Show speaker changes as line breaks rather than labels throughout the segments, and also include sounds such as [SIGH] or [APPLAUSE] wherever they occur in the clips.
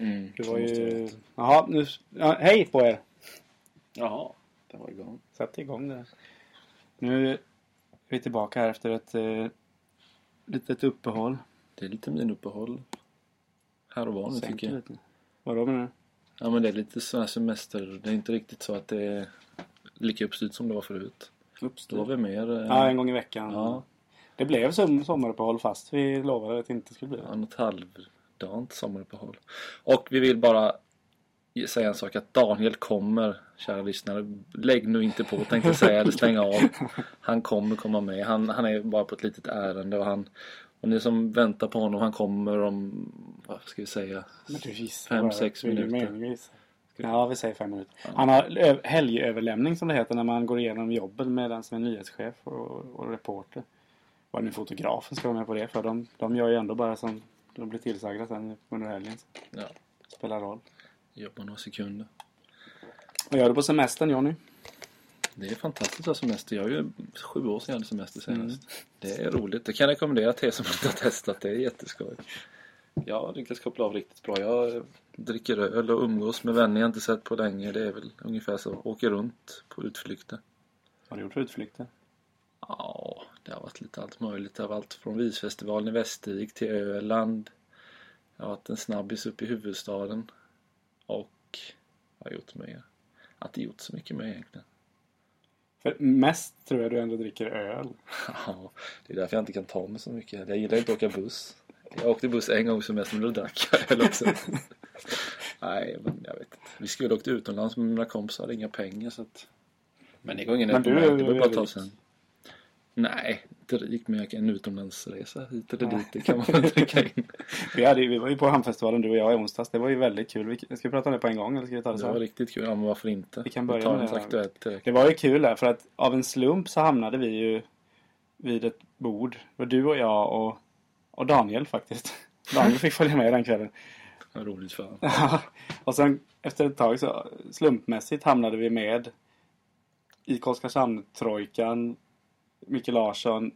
Mm.
Det var ju... Jaha, nu... Ja, hej på er!
Jaha, det var igång.
Satte igång det. där. Nu är vi tillbaka här efter ett eh, litet uppehåll.
Det är lite minuppehåll. Här och var nu tycker jag.
Sänkt lite. Vadå menar du?
Ja men det är lite sån här semester. Det är inte riktigt så att det är lika uppstyrt som det var förut. Då var
Uppstår.
vi mer... eh,
Ja, en gång i veckan.
ja,
Det blev som sommaruppehåll fast vi lovade att det inte skulle bli det.
ja, något halvdant sommaruppehåll. Och vi vill bara ge- säga en sak att Daniel kommer, kära lyssnare. Lägg nu inte på tänkte jag säga, eller stäng av. Han kommer komma med. Han, han är bara på ett litet ärende och han... Och ni som väntar på honom, han kommer om... Vad ska vi säga?
Men du gissar
Fem,
bara.
sex
Vill du
minuter.
mer gissa? Ja, vi säger fem minuter. Han har ö- helgöverlämning som det heter när man går igenom jobben med den som är nyhetschef och, och reporter. Vad nu fotografen ska vara med på det för de, de gör ju ändå bara som de blir tillsagda sen under helgen.
Ja,
Spelar roll.
jobba några sekunder.
Vad gör du på semestern Jonny?
Det är fantastiskt att ha semester. Jag är ju sju år sedan jag hade semester senast. Det är roligt. Det kan jag rekommendera till er som inte har testat. Det är jätteskoj. Jag har lyckats koppla av riktigt bra. Jag dricker öl och umgås med vänner jag inte sett på länge. Det är väl ungefär så. Åker runt på utflykter.
Har du gjort för utflykter?
Ja, det har varit lite allt möjligt. Det har varit allt från Visfestivalen i Västervik till Öland. Jag har varit en snabbis upp i huvudstaden. Och vad har jag gjort mer? Jag har inte gjort så mycket mer egentligen.
För mest tror jag du ändå dricker öl.
Ja, det är därför jag inte kan ta mig så mycket. Jag gillar inte att åka buss. Jag åkte buss en gång som mest, men då drack [LAUGHS] jag öl också. Nej, men jag vet inte. Vi skulle åkt utomlands med mina kompisar, hade inga pengar så att... Men det går ingen rätt
Men
på
du
mig,
är-
det var bara att
är
ta
rik.
sen. Nej, inte rik, men jag kan en utomlandsresa hit eller dit, det kan man väl trycka
[LAUGHS]
in.
Vi, hade, ju- vi var ju på Hamnfestivalen du och jag i onsdags. Det var ju väldigt kul. Vi, ska vi prata om det på en gång eller ska vi ta det
Det
sen?
var riktigt kul, ja men varför inte?
Vi kan
Vi
börja
tar
med
något
det här.
aktuellt direkt.
Det var ju kul där för att av en slump så hamnade vi ju vid ett bord. Det var du och jag och, och Daniel faktiskt. Daniel fick följa med den kvällen.
Vad roligt för honom.
och sen efter ett tag så slumpmässigt hamnade vi med i Oskarshamn-trojkan Micke Larsson,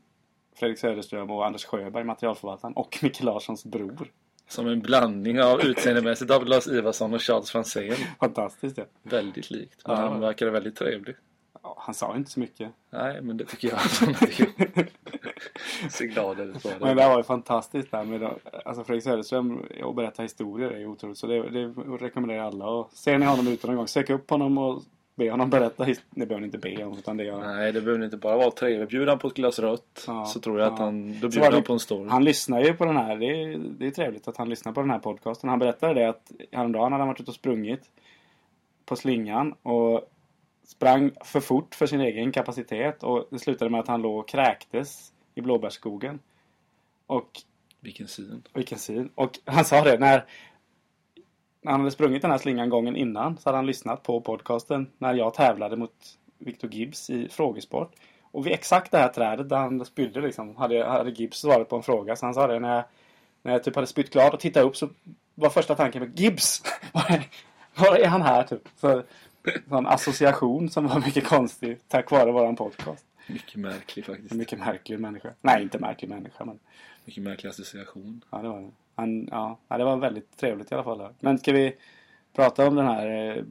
Fredrik Söderström och Anders Sjöberg, materialförvaltaren och Micke Larssons bror.
Som en blandning av utseendemässigt av Lars Ivarsson och Charles Franzén.
Fantastiskt ja.
Väldigt likt, men
Ja.
han verkade väldigt trevlig.
Ja, Han sa ju inte så mycket.
Nej, men det tycker jag att han hade gjort.
[LAUGHS]
Så glad eller så.
Men det här var ju fantastiskt där med alltså Fredrik Söderström och berätta historier är ju otroligt. Så det, det rekommenderar alla. Och ser ni honom ute någon gång, sök upp honom och be honom berätta. his- Det behöver ni inte be om utan det gör han.
Nej, det behöver inte bara vara trevligt. Bjuder han på ett glas rött
Ja,
så tror jag att
ja.
han... Då
Så var
bjuder
det-
han på en story.
Han lyssnar ju på den här. Det är, det är trevligt att han lyssnar på den här podcasten. Han berättade det att häromdagen hade han varit ute och sprungit på slingan och sprang för fort för sin egen kapacitet och det slutade med att han låg och kräktes i blåbärsskogen. Och
Vilken syn.
Vilken syn. Och han sa det när, när han hade sprungit den här slingan gången innan så hade han lyssnat på podcasten när jag tävlade mot Victor Gibbs i frågesport. Och vid exakt det här trädet där han spydde liksom hade, hade Gibbs svarat på en fråga. Så han sa det när jag, när jag typ hade spytt klart och tittade upp så var första tanken på Gibbs! [LAUGHS] Var är, var är han här typ? Så, sån association som var mycket konstig tack vare våran podcast.
Mycket märklig faktiskt.
En mycket märklig människa. Nej, inte märklig människa men
Mycket märklig association.
Ja, det var det. Han, ja, ja, det var väldigt trevligt i alla fall. Där. Men ska vi prata om den här eh,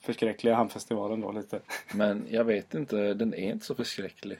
förskräckliga hamnfestivalen då lite?
Men jag vet inte, den är inte så förskräcklig.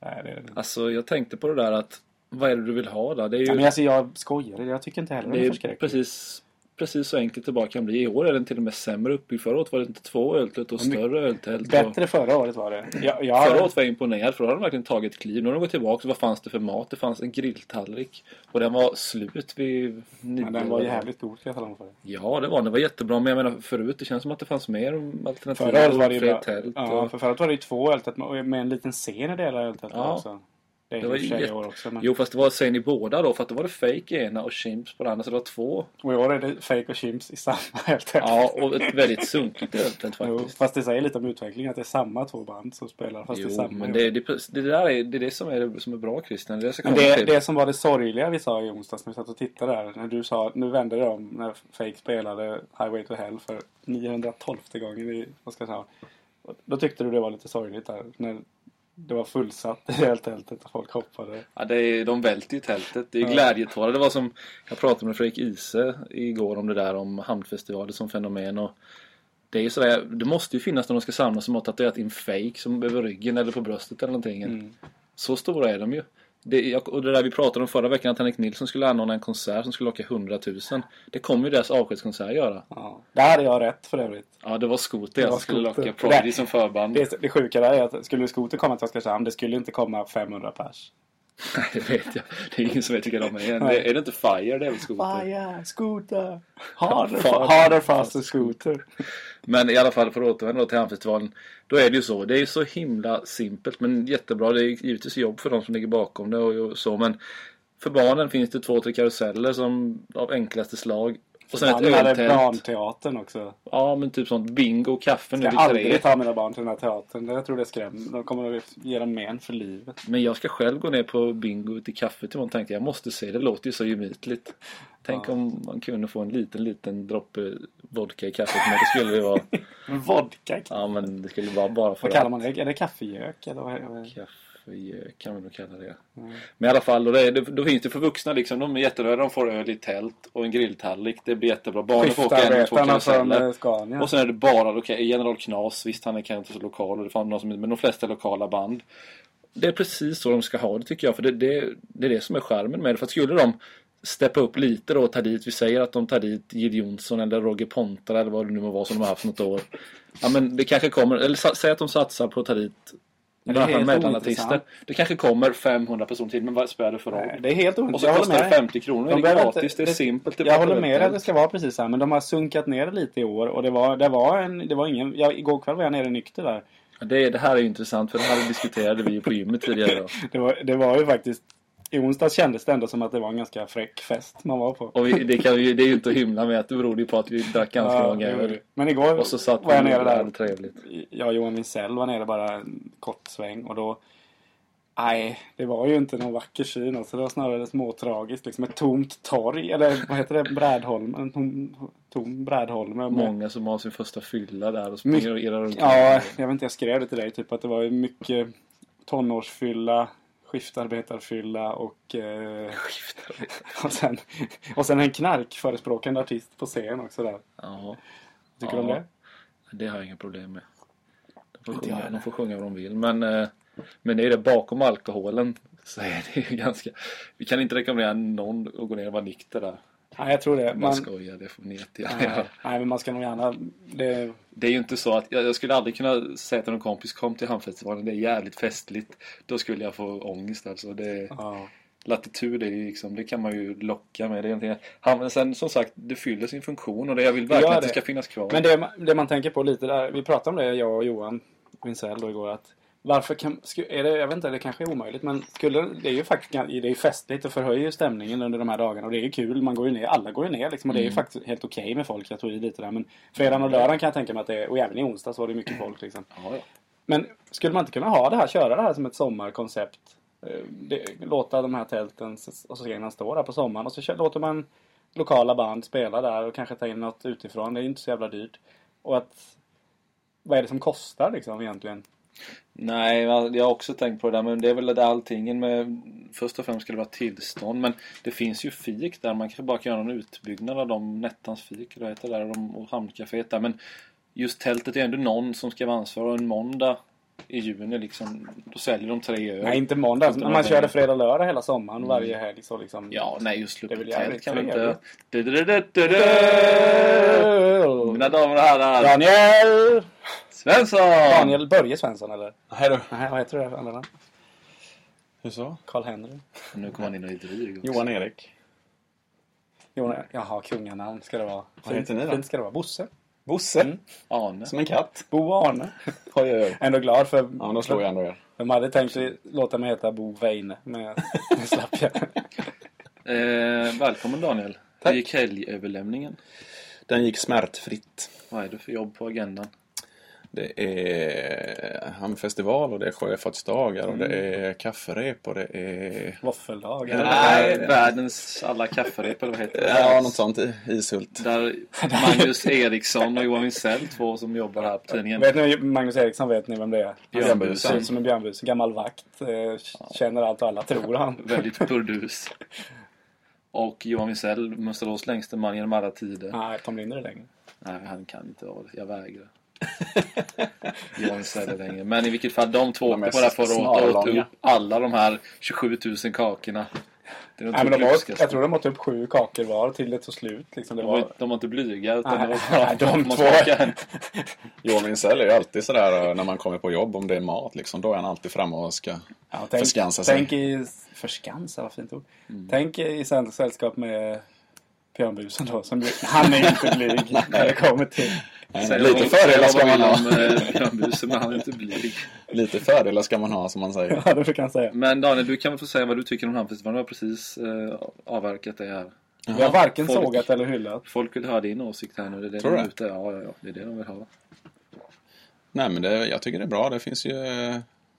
Nej, det är det.
Alltså, jag tänkte på det där att... Vad är det du vill ha där? Det är ju...
Ja, men alltså, jag skojar. Jag tycker inte heller
det
den är
är
förskräcklig.
precis... Precis så enkelt det bara kan bli. I år är den till och med sämre uppbyggd. Förra året var det inte två öltält och större öltält. och-
Bättre förra året var det. Jag, jag,
Förra året var jag imponerad för då hade de verkligen tagit kliv. Nu har de gått tillbaka. Vad fanns det för mat? Det fanns en grilltallrik. Och den var slut vid nio.
men den var jävligt god ska jag tala om för dig.
Ja, det var den. Det var jättebra. Men jag menar förut, det känns som att det fanns mer alternativ.
Förra året var det ju
Fler
bara,
tält
ja,
och...
för förra året var det ju två öltält med med en liten scen i det hela öltältet
Ja.
också. Det är
Det
ju
var
i och för sig
jätte-
i år också. Men...
Jo, fast det var sen i båda då. För att då var det fake i ena och chimps på den andra. Så det var två.
Och i år är det fake och chims i samma [LAUGHS] öltält.
Ja, och ett väldigt sunkigt öltält
Jo,
faktiskt.
fast det säger lite om utvecklingen att det är samma två band som spelar fast det är
Jo,
samma.
men det, det, det, där är, det är det som är, det som är bra Christian. Det, är det, som
Men
kommer
det,
till.
det som var det sorgliga vi sa i onsdags när vi satt och tittade där. När du sa, nu vände det om när Fake spelade Highway to Hell för 912 gången i Oskarshamn. Och Då tyckte du det var lite sorgligt där. När Det var fullsatt i hela tältet och folk hoppade.
Ja, det är, de välter ju tältet. Det är
Ja.
glädjetårar. Det var som jag pratade med Fredrik Ise igår om det där om hamnfestivaler som fenomen. Och det är ju sådär, det måste ju finnas när de ska samlas som har tatuerat in fake som över ryggen eller på bröstet eller någonting.
Mm.
Så stora är de ju. Det, jag- och det där vi pratade om förra veckan att Henrik Nilsson skulle anordna en konsert som skulle locka 100 000. Det kommer ju deras avskedskonsert göra.
Ja. Där hade jag rätt för övrigt.
Ja, det var Skoter
Det
som
var
skulle
Skoter.
locka Prodigy
Det-
som förband.
Det, det sjuka där är att skulle skoter komma till Oskarshamn, det skulle inte komma 500 pers.
[LAUGHS] Nej, det vet jag. Det är ingen som vet vilka de är.
Nej.
Det, är det inte Fire det är väl Skoter?
Fire, skoter! Harder,
Fan.
harder faster skoter.
Men i alla fall för att återvända då till Hamnfestivalen. Då är det ju så. Det är ju så himla simpelt men jättebra. Det är ju givetvis jobb för de som ligger bakom det och och så men för barnen finns det två, tre karuseller som av enklaste slag. Och sen ett
Förbannade
öltält.
barnteatern också.
Ja men typ sånt. Bingo, kaffe nu
Jag
vid
ska
tre.
aldrig ta mina barn till den här teatern. Jag tror det skrämmer. De kommer att ge dem men för livet.
Men jag ska själv gå ner på bingo till kaffet imorgon tänkte jag. Jag måste se. Det låter ju så gemytligt. Tänk
Ja.
om man kunde få en liten, liten droppe vodka i kaffet. Men det skulle ju vara...
[LAUGHS] Vodka!
Ja men det skulle vara bara för
Vad kallar man det? Är det kaffegök? Eller vad är det?
Kaffegök eh, kan vi nog kalla det.
Mm.
Men i alla fall, då, det, då finns det för vuxna liksom. De är jätteröda, de får öl i tält och en grilltallrik. Det blir jättebra. Barnen får åka en eller två
Skiftarbetarna från
karuseller.
eh, Scania.
Och sen är det bara, okej, General Knas, visst han är kanske inte så lokal, och det fanns någon som, men de flesta är lokala band. Det är precis så de ska ha det tycker jag, för det, det, det är det som är charmen med det. För att skulle de steppa upp lite då och ta dit, vi säger att de tar dit Jill Johnson eller Roger Pontare eller vad det nu må vara som de har haft något år. Ja men det kanske kommer, eller sa, säg att de satsar på att ta dit i
Ja, det är
alla fall
helt
mellanartister.
ointressant.
Det kanske kommer 500 personer till, men vad spelar det för roll?
Nej, Det är helt
Och
ointressant.
så
Jag
kostar
håller
det
med.
50 kronor,
De
det är
behöver
gratis,
inte-
det är
det-
simpelt. det är
Jag
bara
håller med
öppet.
att det ska vara precis så här, men de har sunkat ner det lite i år och det var, det var en, det var ingen, jag, igår kväll var jag nere nykter där.
Ja, Det, det här är ju intressant, för det här diskuterade vi ju på gymmet tidigare. Då.
Det var, det var ju faktiskt, i onsdags kändes det ändå som att det var en ganska fräck fest man var på.
Och vi, det, kan vi, det är ju inte att hymla med att det berodde ju på att vi drack ganska
Ja,
många
det gjorde
öl.
vi. Men igår
Och så satt
var jag
vi
nere
och
där.
hade trevligt.
Jag och Johan Winsell var nere bara en kort sväng och då Nej, det var ju inte någon vacker syn alltså. Det var snarare småtragiskt. Liksom ett tomt torg, eller vad heter det? Brädholm. En tom, tom Brädholme. med-
Många som har sin första fylla där och springer och irrar runt.
Ja, jag vet inte, jag skrev det till dig typ att det var ju mycket tonårsfylla, skiftarbetarfylla och, eh,
Skiftar.
och, sen, och sen en knarkförespråkande artist på scen också där.
Ja,
Tycker
Ja.
du om det?
det har jag inga problem med. De får,
Inte jag
sjunga,
heller.
de får sjunga vad de vill. Men, eh, men det är ju det bakom alkoholen. Så är det ju ganska... Vi kan inte rekommendera någon att gå ner och vara nykter där.
Nej, jag tror det.
Man,
Man,
skojar, det får ni göra.
nej, nej, men man ska nog gärna... Det,
Det är ju inte så att jag, jag skulle aldrig kunna säga till någon kompis kom till hamnfestivalen, det är jävligt festligt. Då skulle jag få ångest alltså. Det,
ja.
latitud är ju liksom, det kan man ju locka med. Det är egentligen- han, men sen som sagt, det fyller sin funktion och det jag vill verkligen
gör
att det
det.
ska finnas kvar.
Men det, man- det man tänker på lite där, vi pratade om det jag och Johan Winsell då igår att varför kan, sku- är det, jag vet inte, det kanske är omöjligt men skulle, det är ju faktiskt, gan- det är ju festligt och förhöjer stämningen under de här dagarna och det är ju kul, man går ju ner, alla går ju ner liksom och det är ju faktiskt helt okej med folk, jag tog i lite där men fredagen och lördagen kan jag tänka mig att det är, och även i onsdags var det mycket folk liksom.
Ja, ja.
Men skulle man inte kunna ha det här, köra det här som ett sommarkoncept? Eh, Det, låta de här tälten s- och scenerna stå där på sommaren och så kö- låter man lokala band spela där och kanske ta in något utifrån. Det är ju inte så jävla dyrt. Och att... Vad är det som kostar liksom egentligen?
Nej, jag har också tänkt på det där, men det är väl det alltingen med... Först och främst ska det vara tillstånd, men det finns ju fik där. Man kanske bara kan göra någon utbyggnad av de Nettans fik, eller vad heter det där, och, de, och Hamncaféet där. Men just tältet är ändå någon som ska vara ansvarig och en måndag i juni liksom, då säljer de tre öl.
Nej, inte måndag.
Utan
Men
man
man körde
tänker-
fredag och lördag hela sommaren varje helg så liksom...
Ja, nej, just
Det är väl
sluppet
jävligt
tält kan vi inte...
trevligt.
Du-du-du-du-du! Mina damer och herrar!
Daniel!
Svensson!
Daniel Börje Svensson eller?
Hej då.
Nej, vad heter det andra namn?
Hur så?
Carl-Henry?
Nu kommer han in och är dryg också.
Johan Erik.
Jonas, jaha, kunganamn ska det vara.
Vad heter ni då?
Fint ska det vara. Bosse.
Bosse.
Arne.
Mm. Som en katt.
Bo och Arne.
Oj, oj, oj.
Ändå glad för...
Ja, men då slår jag ändå er.
De hade tänkt låta mig heta Bo Weine, men det slapp jag.
Eh, välkommen Daniel. Hur
Tack.
gick helgöverlämningen?
Den gick smärtfritt.
Vad är det för jobb på agendan?
Det är hamnfestival och det är sjöfartsdagar och det är kafferep och det är...
Våffeldagar.
Nej, världens alla kafferep eller vad heter det?
Ja, något sånt. Ishult.
Där Magnus Eriksson och Johan Wintzell, två som jobbar här på tidningen.
Vet ni, Magnus Eriksson vet ni vem det är? Han
Björnbus.
ser ut som en björnbus. Gammal vakt. eh, Känner allt och alla, tror han.
Väldigt burdus. Och Johan Wintzell, Mönsterås längste man genom alla tider.
Nej, Tom Linder är längre.
Nej, han kan inte vara det. Jag vägrar. Johan Wintzell är längre. Men i vilket fall, de två
De är
åkte på det här förra året och åt
snarlånga.
upp alla de här 27 000 kakorna. Det är typ
Nej, men de åt,
lyxigaste.
jag tror de åt upp sju kakor var till det tog slut. Liksom. Det
de, var, ju-
var,
de var inte blyga utan
Nej,
det var
nej, de
man
två.
smakade en.
Johan Wintzell är ju alltid sådär eh, när man kommer på jobb, om det är mat liksom, då är han alltid framme och ska
ja, tänk,
förskansa sig.
tänk i... Förskansa, vad fint ord.
Mm.
Tänk i säll- sällskap med Björnbusen då. Som, han är ju
[LAUGHS]
inte blyg när det kommer till...
Nej,
Säger
lite
de-
fördelar ska
säger
man
de
ha.
vad vill om, eh, Björnbusen, men han är inte blyg.
Lite fördelar ska man ha som man säger.
Ja, det brukar han säga.
Men Daniel, du kan väl få säga vad du tycker om Hamnfestivalen? Du har precis eh, avverkat det här.
Vi har varken
folk-
sågat eller hyllat.
Folk vill höra din åsikt här nu. Det är det
Tror
de
du?
är ute. Ja, ja, ja, det är det de vill ha.
Nej men det, jag tycker det är bra. Det finns ju eh,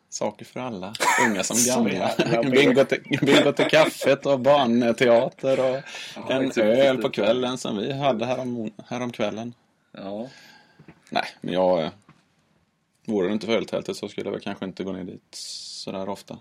saker för alla. Unga [LAUGHS] som gamla.
jävla bra.
bingo, till, bingo till kaffet och barnteater och en
exakt.
öl på kvällen som vi hade härom, härom kvällen.
Ja. [LAUGHS]
Nej, men jag... eh, Vore det inte för öltältet så skulle jag väl kanske inte gå ner dit sådär ofta.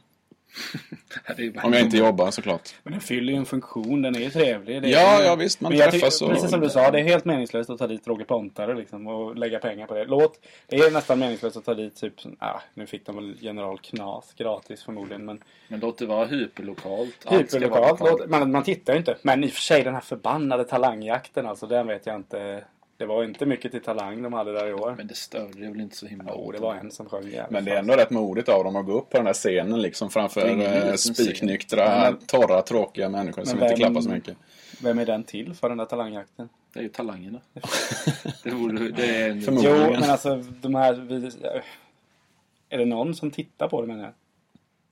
Det är bara-
Om jag inte jobbar såklart.
Men den fyller ju en funktion, den är ju trevlig. Det är
Ja,
ju-
ja, visst, man
Men jag tycker-
träffas och-
Precis som du sa, det är helt meningslöst att ta dit Roger Pontare liksom, och lägga pengar på det. Låt, det är nästan meningslöst att ta dit typ, som- ah, nu fick de väl General Knas gratis förmodligen. Men
Men låt det vara hyperlokalt. Allt ska vara
hyperlokalt, låt, man, man tittar ju inte. Men i och för sig den här förbannade talangjakten alltså, den vet jag inte. Det var inte mycket till talang de hade där i år.
Men det störde det väl inte så himla
Jo,
hårt.
det var en som sjöng jävligt
Men det är
fast.
ändå rätt modigt av dem att gå upp på den där scenen liksom
Det är
framför
ingen eh, liten scen.
spiknyktra,
Ja, men-
torra, tråkiga människor som
vem-
inte klappar så mycket.
Vem är den till för den där talangjakten?
Det är ju talangerna. det, borde, det är en...
Förmodligen.
Jo, men alltså de här... Vi, är det någon som tittar på det menar jag?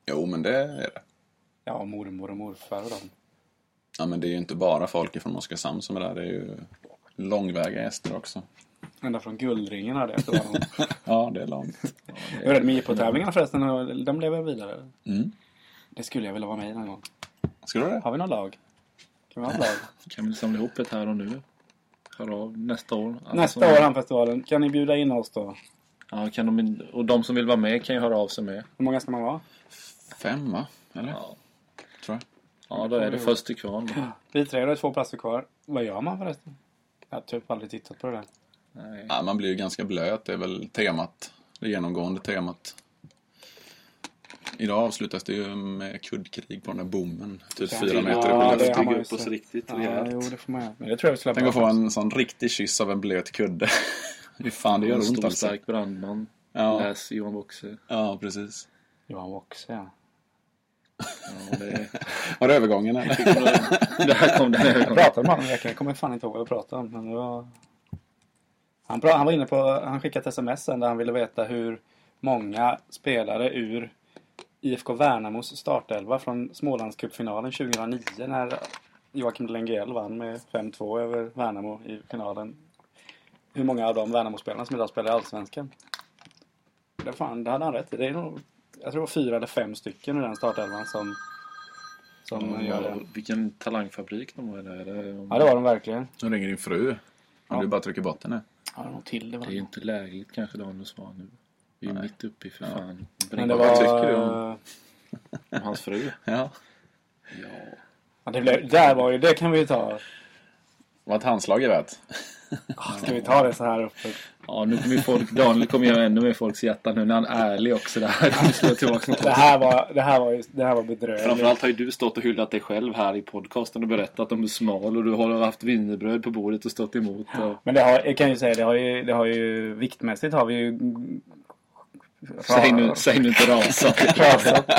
Jo, men det är det.
Ja, mormor och morfar och dem.
Ja, men det är ju inte bara folk från Oskarshamn som är där. Det är ju långväga gäster också.
Ända från guldringen hade jag inte varit någon.
Ja, det är långt.
Hur är det med IPO-tävlingarna förresten? Har- De lever vidare.
Mm.
Det skulle jag vilja vara med i någon gång.
Ska du det?
Har vi någon lag? Kan vi ha ett lag?
Kan vi samla ihop ett här och nu? Hör av nästa år. Alla
Nästa
som-
år, Hamnfestivalen. Kan ni bjuda in oss då?
Ja, kan de, in- och de som vill vara med kan ju höra av sig med.
Hur många ska man vara?
Fem, va? Eller?
Ja,
Tror jag.
ja då är det först till kvarn. då.
Vi tre, det är två platser kvar. Vad gör man förresten? Jag har typ aldrig tittat på det där.
Nej.
Ja, man blir ju ganska blöt. Det är väl temat. Det genomgående temat. Idag avslutas det ju med kuddkrig på den där bommen. Typ fyra meter
Ja,
upp i
det
luften.
har man
Bygga
ju
upp oss
sett.
riktigt
Ja,
rejält.
jo, det får man göra. Men det tror jag vi skulle
Tänk
ha
att
bra.
få en sån riktig kyss av en blöt kudde. [LAUGHS] Fy fan, det gör
En
ont
stor
alltså.
stark brandman.
Ja,
Läs Johan Boxe.
ja, precis.
Johan Woxe, ja.
Ja, det,
Var det
[LAUGHS]
övergången
[LAUGHS]
eller?
det här kom den
Jag
ögonen.
pratade med honom i veckan. Jag kommer fan inte ihåg vad jag pratade om. Men det var... han, pra- han var inne på, han skickade ett sms sen där han ville veta hur många spelare ur IFK Värnamos startelva från Smålandscupfinalen 2009 när Joakim Lengiel vann med 5-2 över Värnamo i finalen. Hur många av de Värnamo-spelarna som idag spelar i Allsvenskan? Det, fan, det hade han rätt i. Det är nog, jag tror det var fyra eller fem stycken i den startelvan som, som gör det.
Ja, vilken talangfabrik de var där.
Mm. Ja, det var de verkligen.
Nu ringer din fru. Om
Ja.
du bara trycker bort henne.
Ja, det var något till det
Det är ju inte lägligt kanske Daniel att svara nu. Vi är mitt uppe i för fan.
Men det
Bringa
var...
Vad tycker du om-
om hans fru.
Ja.
Ja.
Ja, det, blev... där var ju, det kan vi ju ta.
Vad ett handslag är värt.
Ska vi ta det så här uppe?
ja, nu kommer ju folk, Daniel kommer göra ännu mer folks hjärta nu när han är ärlig också. Det här kommer slå tillbaka mot
Det
oss.
här var, det här var, ju- det här var bedrövligt.
Framförallt har ju du stått och hyllat dig själv här i podcasten och berättat om hur smal och du har haft wienerbröd på bordet och stått emot. Och...
Men det har, jag kan ju säga, det har ju, det har ju viktmässigt har vi ju...
Säg, nu, säg nu inte rasa.
Rasat. [LAUGHS]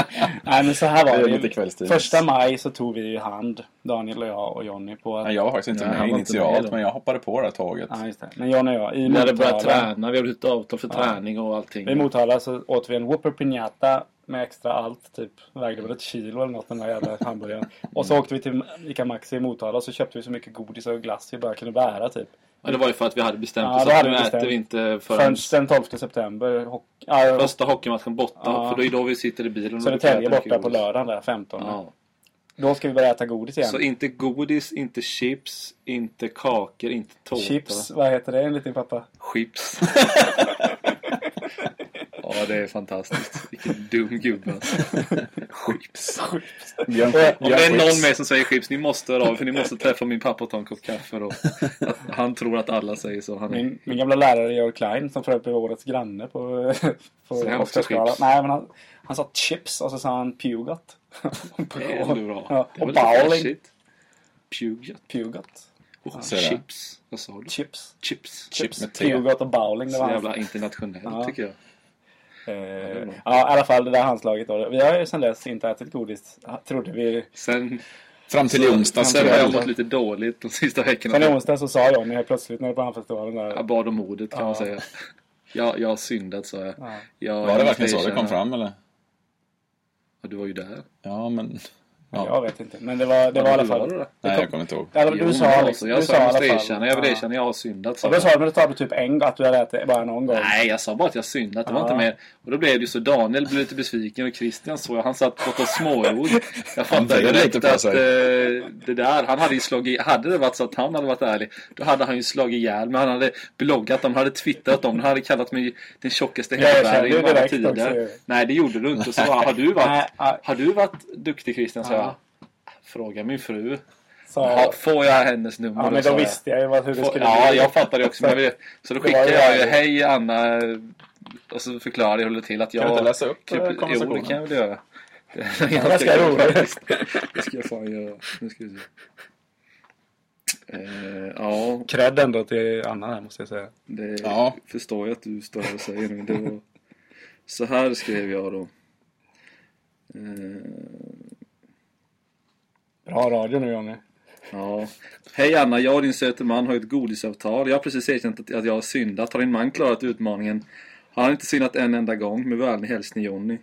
Nej men så här
Det
var
är
det
lite
ju.
kvällstid.
Första maj så tog vi ju hand, Daniel och jag och Jonny på att...
Nej, jag var faktiskt inte
Nej, han
med
var inte
initialt,
med då.
men jag hoppade på det här tåget.
Ja, just det. Men Jonny och jag i
Vi hade börjat
Motala.
träna, vi hade ett avtal för träning och allting.
I Motala så åt vi en Whopper Piñata med extra allt. Typ vägde väl ett kilo eller något den där jävla hamburgaren. Och så åkte vi till Ica Maxi i Motala och så köpte vi så mycket godis och glass vi bara kunde bära typ.
Men det var ju för att vi hade bestämt
Ja,
oss
det
att
hade
nu
vi bestämt.
äter vi inte förrän
Förrän den 12 september. Hock, ja,
första hockeymatchen borta.
Ja.
För då är då vi sitter i bilen. och äter
Södertälje
mycket
borta på
godis.
lördagen där, 15.
Ja.
Då ska vi börja äta godis igen.
Så inte godis, inte chips, inte kakor, inte tårta.
Chips, vad heter det enligt din pappa? [LAUGHS]
Chips. ja, det är fantastiskt. Vilken dum gubbe. Chips.
Björn,
Om det är någon mer som säger chips, ni måste höra av er, för ni måste träffa min pappa och ta en kopp kaffe
[LAUGHS]
då. Att han tror att alla säger så. Han är...
Min, min gamla lärare Georg Klein som för övrigt blev årets granne på,
[LAUGHS] Så
på
han också
Oscarsgalan.
chips?
Nej, men han, han sa chips och så sa han Pugat. [LAUGHS]
Det är ändå bra.
Ja,
Det är väl
och
lite
bowling.
flashigt. Pugat.
Pugat.
Oh,
Så är det.
chips. Vad sa du?
Chips.
Chips.
Chips med te.
Pugat och bowling. Det
Så
var hans,
jävla internationellt
Ja.
tycker jag.
eh, ja, i alla fall det där handslaget. Då. Vi har ju sedan dess inte ätit godis. Trodde vi.
Sen,
Fram till i onsdags
sen har jag mått
kväll.
lite dåligt de sista veckorna.
Sen i onsdag så sa Johnny helt plötsligt när det var Hamnfestivalen där.
Jag bad om ordet kan
Ja.
man säga. Jag, jag har syndat sa jag.
Ja.
jag
Var det
jag
verkligen
måste
så det kom
erkänna.
fram eller?
Ja, du var ju där.
Ja, men...
Jag
Ja.
vet inte. Men det var, det var i alla fall.
då?
Nej, jag kommer inte ihåg.
Ja, men
Jo,
du
men
sa,
jag
liksom-
sa- jag
du
sa jag måste
i alla fall-
erkänna. Jag vill
Ja.
erkänna jag har syndat. sa
Och då
jag.
sa du, men då tar du typ en gång, att du hade ätit bara någon gång.
Nej, jag sa bara att jag syndat. Det var
Ja.
inte mer. Och då blev det ju så. Daniel blev lite besviken och Christian såg jag. Han satt och pratade småord. Jag fattade
dröjde
direkt
lite på
att eh,
sig.
det där. Han hade ju slagit. Hade det varit så att han hade varit ärlig. Då hade han ju slagit ihjäl Men Han hade bloggat om. Han hade twittrat om. det, Han hade kallat mig den tjockaste
Jag erkände
hemvärgen
ju
i alla
direkt
tider.
också.
Nej, det gjorde du inte. Och Så bara, har du varit.
Nej, ja,
Har du varit duktig Christian? sa
Ja.
jag. Fråga min fru.
sa
Ja, Får jag hennes nummer?
Ja, men
sa
då
jag.
visste jag ju vad- hur det
Får-
skulle
Ja,
bli.
jag fattade det också. Men det, så då
Det var
skickade
ju
jag ju
ärligt.
Hej Anna och så förklarade jag hur det till att jag...
Kan du inte läsa upp eh,
typ, Jo, det
konversationen?
kan jag väl göra. Det är
[LAUGHS] ganska
kul [LAUGHS]
roligt.
faktiskt. Det ska jag fan göra. Nu ska vi se. Eh, ja,
Cred ändå till Anna här måste jag säga.
det
Ja.
förstår jag att du står och säger nu. Det var... Så här skrev jag då. Eh,
Bra radio nu
[LAUGHS]
Johnny.
Ja. Hej Anna, jag och din söte man har ett godisavtal. Jag har precis erkänt att att jag har syndat. Har din man klarat utmaningen? Han har inte syndat en enda gång. Med vänlig hälsning Jonny.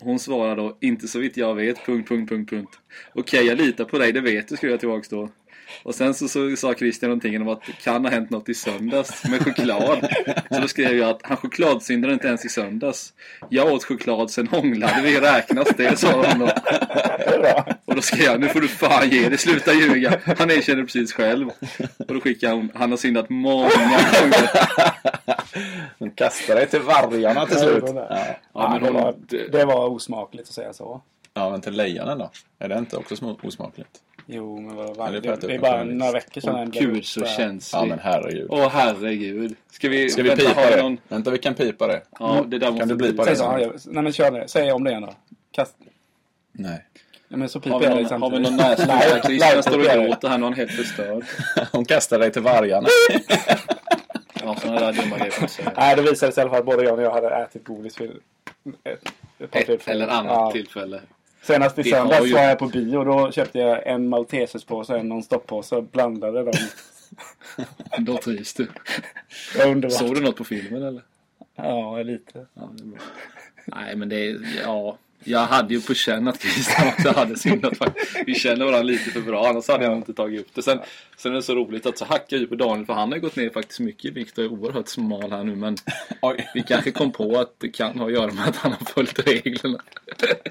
Hon svarar då, inte så vitt jag vet, punkt, punkt, punkt, punkt. Okej, jag litar på dig, det vet du, skulle jag tillbaks då. Och sen så, så sa Christian någonting om att det kan ha hänt något i söndags med choklad. Så då skrev jag att han chokladsyndade inte ens i söndags. Jag åt choklad, sen hånglade vi, räknas det, sa hon då. Och då skrev jag, nu får du fan ge dig, sluta ljuga. Han erkänner precis själv. Och då skickade hon, han har syndat många gånger.
De kastar dig till vargarna till slut. Ja.
Ja, men
det, var,
hon,
det var osmakligt att säga så.
Ja, men till lejonen då? Är det inte också sm- osmakligt?
Jo, men vad var
Eller
det?
för att
Det är
det-
bara några veckor sedan. den
hon
blev
gud så
uppe.
Ja, men
känslig.
herregud.
Åh herregud. Ska vi,
Ska vi
vänta,
pipa
har vi
det?
någon-
Vänta, vi kan pipa det.
Ja, det där måste
du bli på
Säg
det?
så, ja, jag- nej men kör det. Säg om det igen då. Kast.
Nej. [LAUGHS]
Ja, men så
Har
piper
vi
jag dig
någon, har vi
samtidigt.
någon näsblod? Christian står och
Live-kopierar det.
gråter här nu är han helt förstörd.
Hon kastar dig
[LAUGHS]
till vargarna.
Ja, sådana där dumma grejer får man säga.
Nej, det visade sig i alla fall att både Johnny och jag hade ätit godis vid ett, ett par
Ett
tillfällen.
eller
Ja.
annat tillfälle.
Senast i
Det har
söndags
ju-
var jag på bio och då köpte jag en malteserspåse och en nonstoppåse och blandade dem.
Då trivs du.
Det var underbart.
Såg du något på filmen eller?
Ja, lite.
Ja, det är bra. Nej, men det är... Ja. Jag hade ju på känn att Christian också hade syndat faktiskt. Vi känner varandra lite för bra, annars hade jag nog inte tagit upp det. Sen, sen är det så roligt att så hackar vi på Daniel, för han har ju gått ner faktiskt mycket i vikt och är oerhört smal här nu. Men
Oj.
vi kanske kom på att det kan ha att göra med att han har följt reglerna.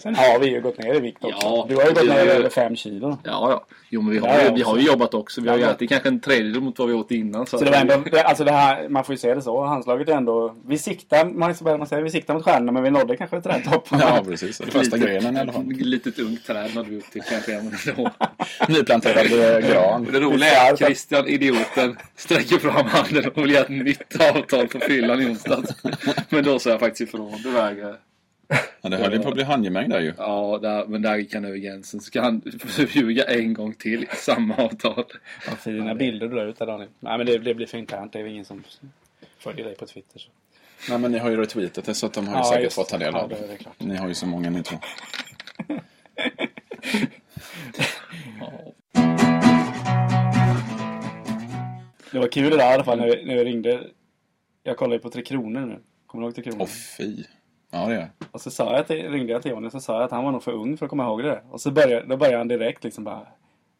Sen har vi ju gått ner i vikt också.
Ja,
du har ju gått
det
ner
är ju-
över 5 kilo.
Ja, ja. Jo, men vi har, ju, vi har ju jobbat också. Vi har ju
Ja.
ätit kanske en tredjedel mot vad vi åt innan.
Så det var ändå, det- alltså det här, man får ju se det så. Handslaget är ändå, vi siktar, man, man säger, vi siktar mot stjärnorna men vi nådde kanske till den [LAUGHS] toppen.
Ja, precis. Det första grenen i alla
Ett
fall.
litet ungt träd hade vi upp till kanske en eller
Nyplanterad eh,
Och [LAUGHS]
gran.
det roliga är att Christian, idioten, sträcker fram handen och vill göra ett nytt avtal på fyllan i onsdags. Men då sa jag faktiskt ifrån. Du vägrar.
Ja, det höll ju på att bli handgemäng där ju.
Ja, där, men där gick han över gränsen. Så kan han ljuga en gång till i samma avtal.
Vad fina bilder du la ut där Daniel. Nej men det, det blir för internt, det är väl ingen som följer dig på Twitter. Så.
Nej, men ni har ju retweetat det så att de har ju säkert fått ta del
ja,
av
det.
det.
Är det klart.
Ni har ju så många ni två.
Det var kul det där i alla fall när, vi- när vi ringde. Jag kollar ju på Tre Kronor nu. Kommer du ihåg Tre Kronor?
Åh fy. Ja, det är det.
Och så sa jag till, ringde jag till Johnny och så sa jag att han var nog för ung för att komma ihåg det. Och så började, då började han direkt liksom bara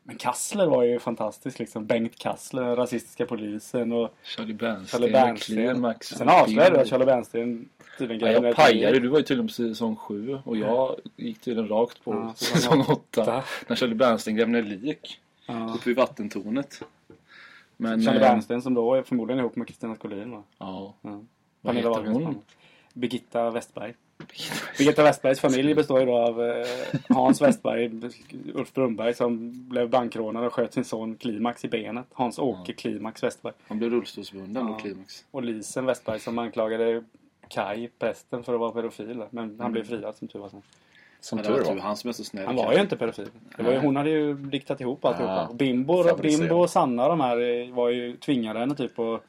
Men Kassler var ju fantastisk liksom. Bengt Kassler, den rasistiska polisen och
Charlie
Charlie
Bernsten,
Bernsten.
Klimax.
Sen avslöjade du att Charlie Bernsten tydligen
Ja, jag pajade. Du var ju tydligen på säsong 7 och jag gick tydligen rakt på
Ja,
säsong 8.
åtta.
När Charlie Bernsten grävde ner lik
Ja.
uppe i vattentornet. Men...
Charlie
eh,
Bernsten som då är förmodligen ihop med Kristina Skolin va?
Ja.
Ja.
Vad heter
Pernilla Wahlgrens
hon?
mamma. Birgitta Westberg. Birgitta Westbergs familj består ju då av eh, Hans Westberg, Ulf Brunnberg som blev bankrånare och sköt sin son Klimax i benet. Hans-Åke Klimax Westberg.
Han blev rullstolsbunden
Ja.
och klimax.
Och Lisen Westberg som anklagade Kai, prästen, för att vara pedofil. Men han
Mm.
blev friad som tur var sen.
Som
Men det var
tur
tur,
var.
han som är så snäll.
Han var ju inte pedofil. Det var ju, hon hade ju diktat ihop alltihopa.
Ja.
Och Bimbo,
Fabricerad.
Bimbo och Sanna de här eh, var ju tvingade henne typ att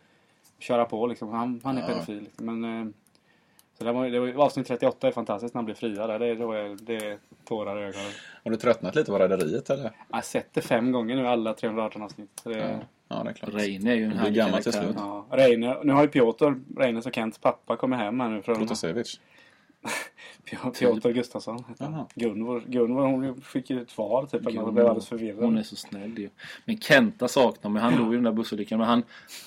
köra på liksom. Han, han är
Ja.
pedofil. Liksom. Men, eh, så det var, ju- det var, ju- avsnitt 38 är fantastiskt när han blir friad. där. Det, är- då är, det är tårar i ögonen.
Har du tröttnat lite på Rederiet eller?
Jag har sett det fem gånger nu, alla 318 avsnitt. Så det, ja.
Ja, det är klart.
Reine är ju en
blir
härlig
gammal till
karaktär.
slut.
Reine, nu har ju Piotr, Reines och Kents pappa kommit hem här nu från
Protasevich.
Pi- Piotr Gustafsson. heter han.
Jaha.
Gunvor, Gunvor hon fick ju ett svar typ. att Hon
Gunvor.
blev alldeles förvirrad.
Hon är så snäll ju. Men Kenta saknar mig. Han dog ju i den där bussolyckan. Men han,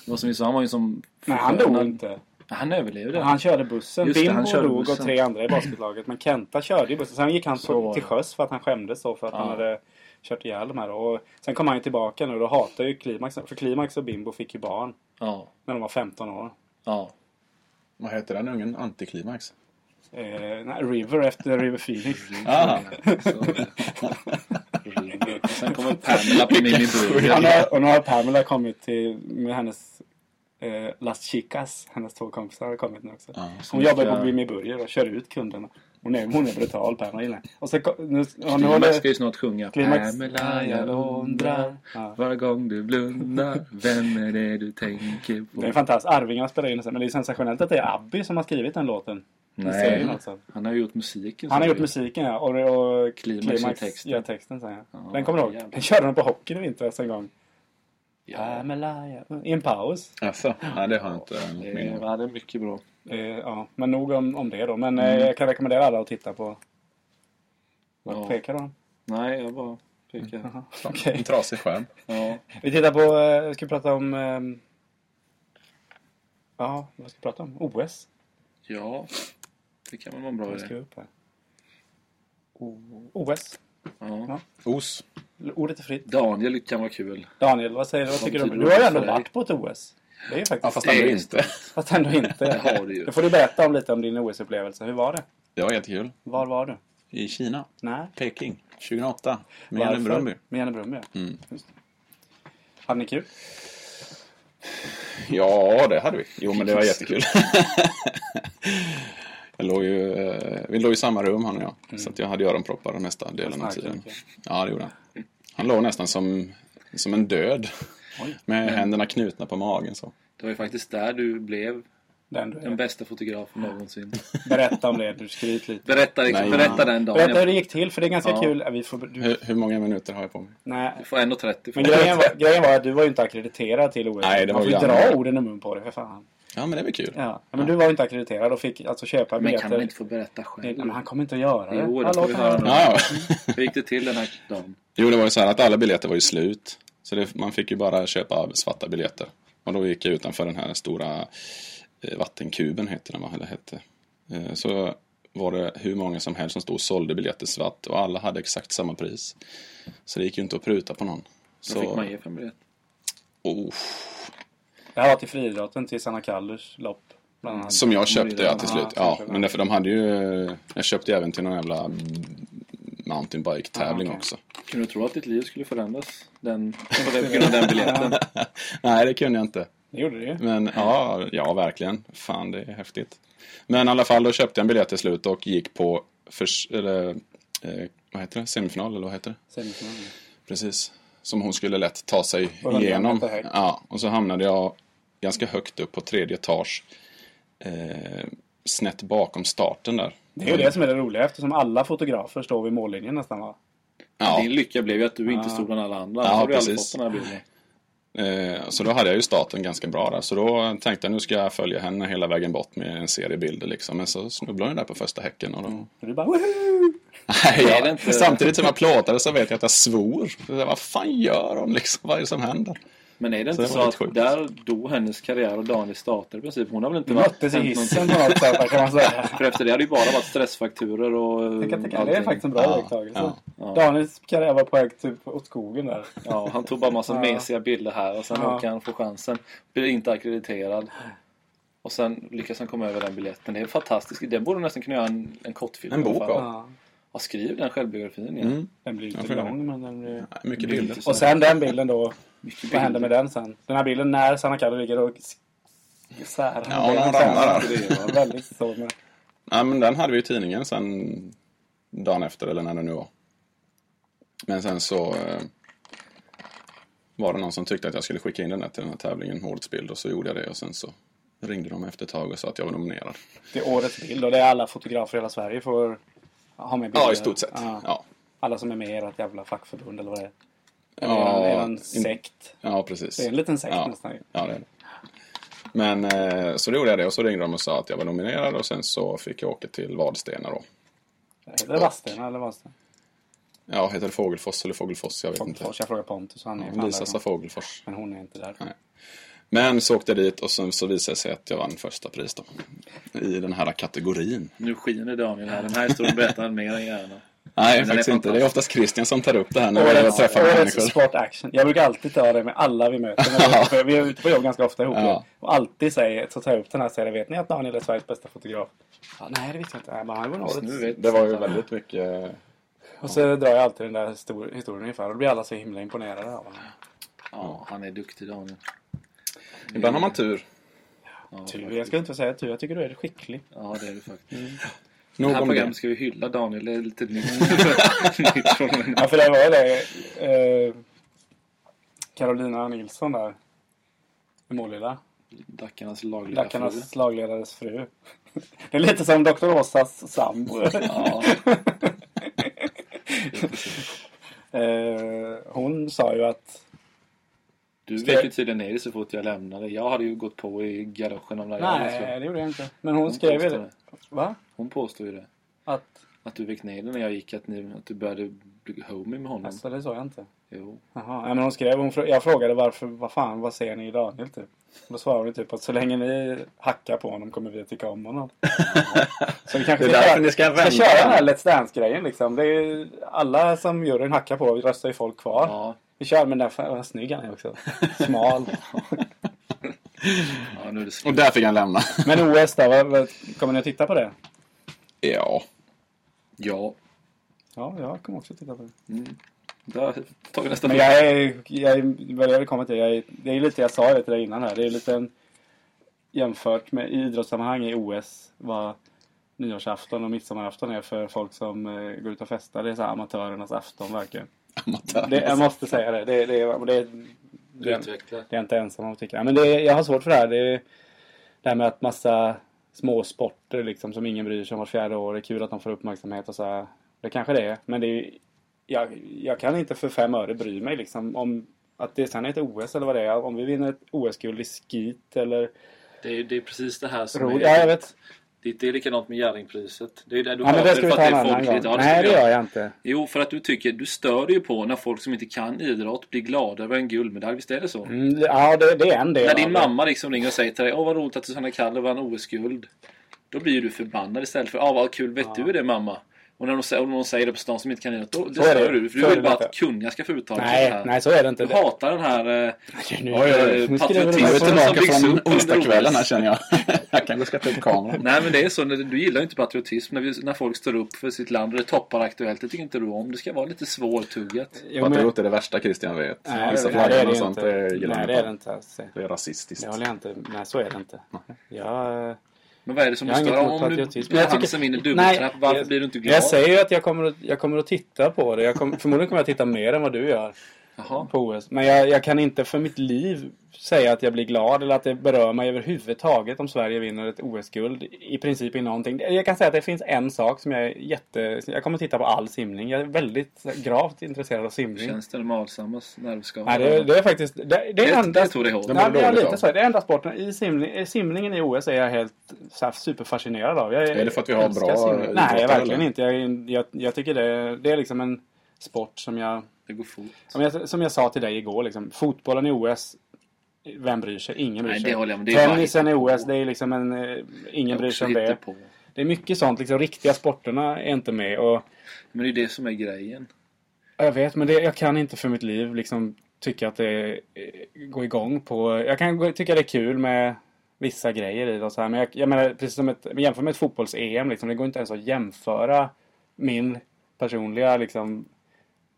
vad som vi sa, han var ju som...
Nej, han dog inte.
Han överlevde.
Han körde bussen.
Just det,
Bimbo
han körde
dog och
bussen.
tre andra i basketlaget. Men Kenta körde ju bussen. Sen gick han
Så
på,
var
till
det.
sjöss för att han skämdes då för att han
Ja.
hade kört ihjäl de här. Och sen kom han ju tillbaka nu och då hatade ju Klimax. För Klimax och Bimbo fick ju barn
Ja.
när de var 15 år.
Ja.
Vad heter den ungen? Antiklimax?
Eh, nej, River efter River Phoenix.
Ah.
Så- Sen kommer Pamela på Mimmi
Och nu,
Burger.
har- och nu har Pamela kommit till, med hennes eh, Las Chicas, hennes två kompisar har kommit nu också.
Ja,
hon jobbar på Bimmy Burger och kör ut kunderna. Hon är, hon är brutal Pamela gillar jag. Och sen kom- nu, och nu
Klimax ska
håller,
ju snart sjunga.
Klimax-
Pamela, jag undrar.
Ja.
Var gång du blundar. Vem är det du tänker
det är
på?
fantastiskt, Arvingarna spelar in sen, men det är sensationellt att det är Abby som har skrivit den låten. Det säger ju
Nej.
något sen.
Han har ju gjort musiken.
Han har
så
gjort
det-
musiken ja, och, och
Klimax
Klimax
gör texten.
gör texten sen ja.
Ja,
Den kommer du ihåg?
jävlar.
Den körde de på hockeyn i vintras en gång.
Ja.
Pamela, jag- i en paus.
Alltså, nej, det har jag inte eh, något minne
Det
av.
var det är mycket bra.
Eh, ja, men nog om, om det då. Men eh,
Mm.
jag kan rekommendera alla att titta på... Vart
Ja.
pekar de?
Nej, jag bara pekar.
Jaha, Okej.
En trasig skärm.
Ja.
Vi tittar på... Eh, vi ska prata om... ehm, ja, vad ska vi prata om? OS.
ja, det kan väl vara en bra
Vad ska
idé.
vi upp här? O- OS.
Ja.
Os.
Ordet är fritt.
Daniel kan vara kul.
Daniel, vad säger du? Vad
Som
tycker du? om-
tyder
Du har ju
upp
ändå
för dig.
varit på ett OS. Det är ju
Ja,
faktiskt...
fast
Det är
ändå
det
inte.
Fast
[LAUGHS]
ändå inte.
Det har du ju.
Då får du berätta om lite om din OS-upplevelse. Hur var det?
Det var jättekul.
Var var du?
I Kina.
Nej.
Peking. 2008. Med Helen Brumby.
Med Janne Brumby, ja.
Mm.
Just det. Hade ni kul?
Ja, det hade vi. Jo, men det
[LAUGHS]
var jättekul. jag låg ju, eh, vi låg i samma rum han och jag.
Mm.
Så att jag hade öronproppar nästa delen av
Snackade
tiden.
mycket.
Ja, det gjorde han. Han låg nästan som, som en död.
Oj. Mm.
Med händerna knutna på magen så.
Det var ju faktiskt där du blev
Den du
den
är.
bästa fotografen någonsin.
Berätta om det, du skryt lite.
Berätta, liksom,
Nej,
berätta
ja.
den dagen.
Berätta hur
Jag
det gick till, för det är ganska
Ja.
kul. Ja, Vi får, du,
Hur, hur många minuter har jag på mig?
nej.
får 1.30
Men
för
grejen var, grejen var att du var ju inte ackrediterad till OS.
Nej, det var
Man får ju
ju gammal.
dra orden ur mun på dig, för fan.
Ja, men det är väl kul.
Ja. Men du var ju inte ackrediterad och fick alltså köpa
Men
biljetter.
kan man inte få berätta
Nej,
själv?
men han kommer inte att göra det.
Jo, det
Ja,
får
låt
vi
han
höra.
göra det.
Ja,
Mm.
ja.
Hur gick det till den här dagen?
Jo, det var ju så här att alla biljetter var ju slut. Så det, man fick ju bara köpa svarta biljetter. Och då gick jag utanför den här stora eh, vattenkuben, heter den va? Eller hette. Eh, så var det hur många som helst som stod och sålde biljetter svart och alla hade exakt samma pris. Så det gick ju inte att pruta på någon.
Då fick
Så,
man ge för en biljett.
oh,
Det här var till friidrotten, till Sanna Kallers lopp. Bland annat.
som jag köpte ja, till
Ja,
slut. Ja,
kanske.
men därför, de hade ju... Jag köpte ju även till någon jävla mountainbike-tävling
Ah, okej.
också.
Kunde du tro att ditt liv skulle förändras? Den, på grund av
[LAUGHS]
den biljetten?
Nej, det kunde jag inte.
Det Mm. gjorde det ju.
Men ja, ja, verkligen. Fan, det är häftigt. Men i alla fall, då köpte jag en biljett till slut och gick på förs- eller, eh, vad heter det? semifinal, eller vad heter det?
Semifinal.
Precis. Som hon skulle lätt ta sig
Och hundra
igenom.
meter högt.
Ja, och så hamnade jag ganska högt upp på tredje etage. Eh, snett bakom starten där.
Det är ju det som är det roliga eftersom alla fotografer står vid mållinjen nästan va?
Ja,
Din lycka blev ju att du inte stod bland alla andra. Ja,
Ja,
har du aldrig
precis.
fått den här bilden.
eh, så då hade jag ju starten ganska bra där. Så då tänkte jag nu ska jag följa henne
Mm.
hela vägen bort med en serie bilder liksom. Men så snubblade jag där på första häcken och då
Och du bara Woohoo!
Nej,
Det är det
jag,
inte.
samtidigt som jag plåtade så vet jag att jag svor. Så jag, vad fan gör de liksom? Vad är det som händer?
Men är det inte
Så det
så,
var lite
att
sjukt.
där dog hennes karriär och Daniel startade i princip? Hon har väl inte
Vi möttes i
hänt
hissen på
någonting?
något sätt kan man säga.
För efter det hade det ju bara varit stressfakturer och eh,
Jag kan tänka, det är faktiskt en bra
Ja,
iakttagelse.
ja.
Ja.
Daniels karriär var på väg typ åt skogen där.
Ja, han tog bara massa
Ja.
mesiga bilder här och sen
Ja.
åker han få chansen. Blir inte ackrediterad. Och sen lyckas han komma över den biljetten. Det är fantastiskt. Den borde nästan kunna göra en, en kortfilm.
En
i alla
bok
fall.
av.
Ja.
Ja, skriv den självbiografin igen.
Mm.
Den blir ju
Ja,
inte
för det.
lång men den blir...
Nej, Mycket
Det är
bilder.
inte så-
Och sen den bilden då.
Mycket
Vad händer med den sen? Den här bilden när Sanna Kallur ligger och s- isär.
Ja, hon ramlar
[LAUGHS]
där.
där. Väldigt så. Men...
Nej, men den hade vi i tidningen sen dagen efter, eller när det nu var. Men sen så eh, var det någon som tyckte att jag skulle skicka in den där till den här tävlingen, Årets bild, och så gjorde jag det och sen så ringde de efter ett tag och sa att jag var nominerad.
Det är årets bild och det är alla fotografer i hela Sverige får ha med bilder.
Ja, i stort sett.
Ja.
Ja,
Alla som är med i ert jävla fackförbund eller vad det är.
Ja,
Eller ja, en
in-
sekt.
ja precis.
Det är en liten sekt
Ja.
nästan. ju.
Ja, det är det. Men eh, så gjorde jag det och så ringde de och sa att jag var nominerad och sen så fick jag åka till Vadstena då.
Heter det Vadstena eller Vadstena?
Ja, heter det Fågelfors eller Fågelfors? Jag vet
Fogelfors. Jag frågar Pontus och han är
inte.
fan
Lisa sa
därifrån.
Fågelfors.
Men hon är inte där.
Men så åkte jag dit och sen så visade det sig att jag vann första pris då. I den här kategorin.
Nu skiner Daniel här. Den här historien berättar han mer än gärna.
Nej,
är
faktiskt inte. Det är
fantastisk.
oftast Christian som tar upp det här när jag
Årets,
träffar
årets
människor.
sport action. Jag brukar alltid ta det med alla vi möter. När
[LAUGHS]
vi, är ute på- vi är ute på jobb ganska ofta ihop.
Ja.
ju. Och alltid säger, så tar jag upp den här och säger vet ni att Daniel är Sveriges bästa fotograf? Ja, nej, det visste jag inte. Nej, men han var
Alltså,
Nu
årets.
vet
Det var ju väldigt mycket...
Och så drar jag alltid den där histor- historien ungefär. Och då blir alla så himla imponerade av honom.
Ja, han är duktig Daniel.
Ibland har man tur.
Ja,
Tur. Jag
faktiskt.
skulle inte säga tur. Jag tycker du är skicklig.
ja det är det faktiskt.
Mm.
Det
Nog
här
om det.
programmet ska vi hylla Daniel. Det är lite nytt. [LAUGHS] nytt från och med
[LAUGHS]
nu.
Ja, för det var ju det. Eh, Carolina Nilsson där. I Målilla.
Dackarnas lagliga fru.
Lackarnas lagledares fru. [LAUGHS] Det är lite som Dr. Åsas sambo.
Ja,
Eh, hon sa ju att...
[LAUGHS] du
Ska
vek
jag-
ju tydligen ner dig så fort jag lämnade. Jag hade ju gått på i garagen om det här jävla slå.
Nej, det gjorde jag inte. Men hon,
Hon
skrev ju
påstår
det. Va?
Hon påstår ju det.
Att...
Att du vek ner dig när jag gick. Att, ni, att du började bli homie med honom.
Alltså, det sa jag inte.
Jo.
Jaha, nej, men hon skrev. Hon, frå- jag frågade varför, vad fan, vad ser ni i Daniel typ? Då svarade hon typ att så länge ni hackar på honom kommer vi att tycka om
[LAUGHS]
honom. så vi kanske
Det är därför ni ska vända.
köra den här Let's Dance-grejen liksom. Det är ju, alla som juryn hackar på röstar ju folk kvar.
Ja,
Vi kör med den där, fan vad snygg han är
[LAUGHS]
också. Smal.
ja nu är det
Och
slut.
där fick han lämna. [LAUGHS]
Men OS då, vad, vad, kommer ni att titta på det?
ja.
Ja.
Ja, jag kommer också titta på det.
Mm. Där tar vi nästa
Men
fråga.
jag är, jag är, vad jag vill komma till, jag är, det är lite, jag sa det till dig innan här, det är lite en, jämfört med i idrottssammanhang i OS vad nyårsafton och midsommarafton är för folk som eh, går ut och festar. Det är så här amatörernas afton verkligen.
Amatör.
Det, jag måste säga det. Det, det, och det,
Du
det, det
utvecklar.
är jag inte ensam om att tycka. Men det, är- jag har svårt för det här. Det, är det här med att massa småsporter liksom som ingen bryr sig om vart fjärde år. Det är kul att de får uppmärksamhet och så här. Det kanske det är. Men det är, jag, jag kan inte för fem öre bry mig liksom om att det sen är ett OS eller vad det är. Om vi vinner ett OS-guld i skit eller
Det är, det är precis det här som
ro.
är...
Ja, jag vet.
Det, det är likadant med Jerringpriset. Det är ju där du
Ja, men det
hatar
ska vi
för
ta
att
en
det är
annan
folkligt.
gång.
Ja,
Nej,
ska
det
vi göra.
gör jag inte.
Jo, för att du tycker... Du stör dig ju på när folk som inte kan idrott blir glada över en guldmedalj. Visst är det så?
Mm, ja, det, det är en del
När din
av det.
mamma liksom ringer och säger till dig Åh vad roligt att Susanna Kalle vann OS-guld. Då blir ju du förbannad istället för Åh vad kul vet du det mamma? Och när de säger, om någon säger det på stan som inte kan idrott, då det
Så är det.
stör du. För
Så
du
är
vill
det
bara
lite.
att kungar ska få uttala sig så
Nej,
här.
nej, så är det inte.
Du
Det-
hatar den här eh,
Nu,
Oj, oj, oj.
eh,
nu skriver du
Nu är vi
patriotismen som
tillbaka
byggs
från
upp under
onsdagskvällen här
OS.
känner jag. [LAUGHS] Jag kanske ska ta upp kameran.
Nej men det är så, när du du gillar ju inte patriotism när, vi, när folk står upp för sitt land och det toppar Aktuellt. Det tycker inte du om. Det ska vara lite svårtuggat.
Jo, men-
Patriot är det värsta Christian vet.
Nej,
Vissa
nej, det är
flaggor
det
och
ju
sånt,
inte.
det gillar
Nej,
han
det är det
inte.
inte. alls.
Det är rasistiskt.
Det håller jag inte Nej, så är det inte. Jag,
Men vad är det som
jag
du stör
har inget
av?
emot
Om du
patriotism.
blir
Jag
han
tycker-
som vinner dubbeltrapp, varför
jag-
blir du inte glad?
jag säger ju att jag kommer, att, jag kommer att titta på det. Jag kommer, förmodligen kommer jag titta mer än vad du gör.
Jaha.
på OS. Men jag, jag kan inte för mitt liv säga att jag blir glad eller att det berör mig överhuvudtaget om Sverige vinner ett OS-guld. I princip i någonting. Jag kan säga att det finns en sak som jag är jätte... Jag kommer titta på all simning. Jag är väldigt gravt intresserad av simning.
Känns det med Alshammars nervskada?
Mm. Nej, det, det är faktiskt... Det, det är
Det-
enda...
det tog dig hårt.
Det
Nej,
mår
men jag är
dåligt
lite
av.
så. Det är enda sporten. I simning, i simningen i OS är jag helt så här, superfascinerad av. Jag
Är det för att vi har
älskar
bra
simning. Nej,
idrottare,
verkligen
eller?
inte. Jag, jag, jag tycker det, det är liksom en sport som jag...
Det går fort.
Ja, men jag, som jag sa till dig igår, liksom, fotbollen i OS, vem bryr sig? Ingen bryr
Nej,
sig.
det håller jag med. Det är
Tennisen i
bara
OS,
hittepå.
det är liksom en... eh, Ingen bryr sig om
Också
det.
hittepå.
Det är mycket sånt. Liksom, riktiga sporterna är inte med. Och,
Men det är det som är grejen.
ja, jag vet, men det, jag kan inte för mitt liv liksom, tycka att det eh, går igång på... Jag kan gå- tycka det är kul med vissa grejer i det och så här. Men jag, jag menar, precis som ett, men jämför med ett fotbolls-EM, liksom, det går inte ens att jämföra min personliga... Liksom,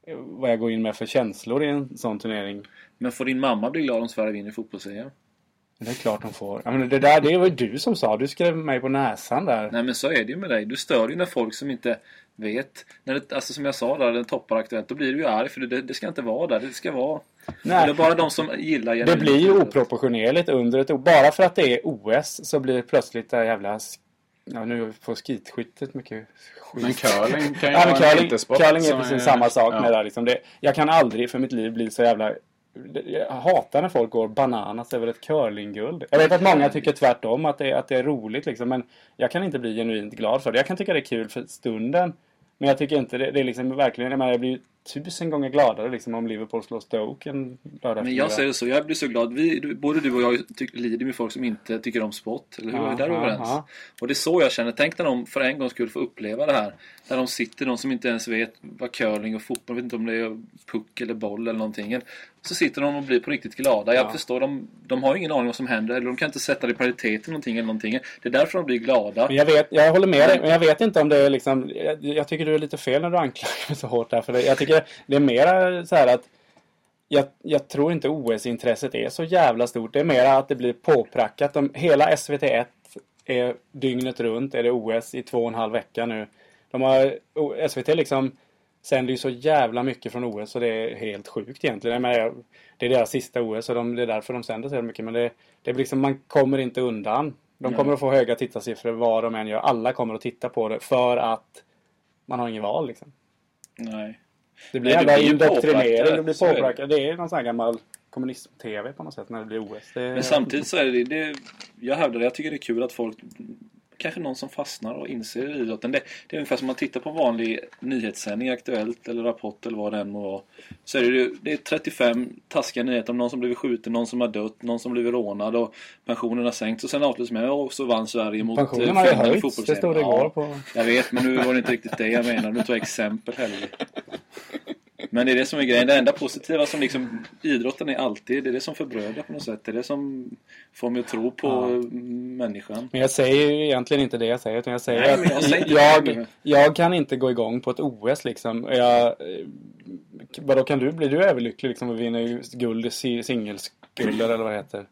eh, vad jag går in med för känslor i en sån turnering
Men får din mamma bli glad om Sverige vinner fotbolls-EM?
Det är klart de får. Ja, men det där det var ju du som sa. Du skrev mig på näsan där.
Nej men så är det ju med dig. Du stör ju när folk som inte vet. När det, alltså som jag sa där, den toppar aktuellt. Då blir du ju arg för det, det ska inte vara där. Det ska vara...
Nej.
Eller bara de som gillar
det
genuint
blir ju
idrott.
oproportionerligt under ett O. Bara för att det är OS så blir det plötsligt det här jävla... sk- Ja, nu får skitskyttet mycket skit.
Men curling kan ju
Ja, men
vara en
curling,
vintersport
curling är
som
precis
är-
samma sak
ja.
med det där. Liksom det, jag kan aldrig för mitt liv bli så jävla... Jag hatar när folk går bananas över ett curlingguld. Jag vet att många tycker tvärtom, att det, att det är roligt liksom. Men jag kan inte bli genuint glad för det. Jag kan tycka det är kul för stunden. Men jag tycker inte det, det är liksom verkligen... Jag, menar, jag blir ju tusen gånger gladare liksom om Liverpool slår Stoke en lördag
Men jag
eftermiddag.
säger så, jag blir så glad. Vi, du- både du och jag ty- lider med folk som inte tycker om sport. Eller hur?
Ja,
där är vi
ja,
överens.
ja.
Och det är så jag känner. Tänk när de för en gångs skull får uppleva det här. Där de sitter, de som inte ens vet vad curling och fotboll, vet inte om det är puck eller boll eller någonting. Så sitter de och blir på riktigt glada. Jag
Ja.
förstår, de, de har ju ingen aning om vad som händer. Eller de kan inte sätta det i paritet till någonting eller någonting. Det är därför de blir glada.
Men jag, vet, jag håller med dig, men jag vet inte om det är liksom... Jag, jag tycker du är lite fel när du anklagar mig så hårt där. För det, jag tycker det är mera så här att... Jag, jag tror inte OS-intresset är så jävla stort. Det är mera att det blir påprackat. De, hela SVT1 är dygnet runt. Är det OS i två och en halv vecka nu. De har, o- SVT liksom sänder ju så jävla mycket från OS så det är helt sjukt egentligen. Men jag, det är deras sista OS och de, det är därför de sänder så jävla mycket. Men det, det blir liksom, man kommer inte undan. De kommer att få höga tittarsiffror vad de än gör. Alla kommer att titta på det för att man har inget val liksom.
Nej.
Det blir
Nej, det
jävla
blir ju
indoktrinering.
påverkat.
Det blir
Så är det.
påverkat. Det är någon sån här gammal kommunism-tv på något sätt när det blir OS. Det,
Men samtidigt så är det, det jag hävdar det, jag tycker det är kul att folk Kanske någon som fastnar och inser idrotten. Det, det är ungefär som man tittar på vanlig nyhetssändning, Aktuellt eller Rapport eller vad det än må vara. Så är det, ju- det är 35 taskiga nyheter om någon som blivit skjuten, någon som har dött, någon som blivit rånad och pensionen har sänkts. Och sen avslutas med och så vann Sverige mot
Pensionen
eh,
har ju
Finland i
höjts. Det
fotbolls-EM."
stod det
Ja,
igår på...
Jag vet, men nu var det inte riktigt det jag menade. Nu tar jag exempel heller. Men det är det som är grejen. Det enda positiva som liksom idrotten är alltid, det är det som förbrödrar på något sätt. Det är det som får mig att tro på
Ja.
människan.
Men jag säger ju egentligen inte det jag säger utan jag säger
Nej, men
att
jag säger inte det
jag,
nu.
jag kan inte gå igång på ett OS liksom. Jag, eh, vadå kan du bli? Du är överlycklig liksom och vinner ju guld i si- singelskulder eller vad det heter.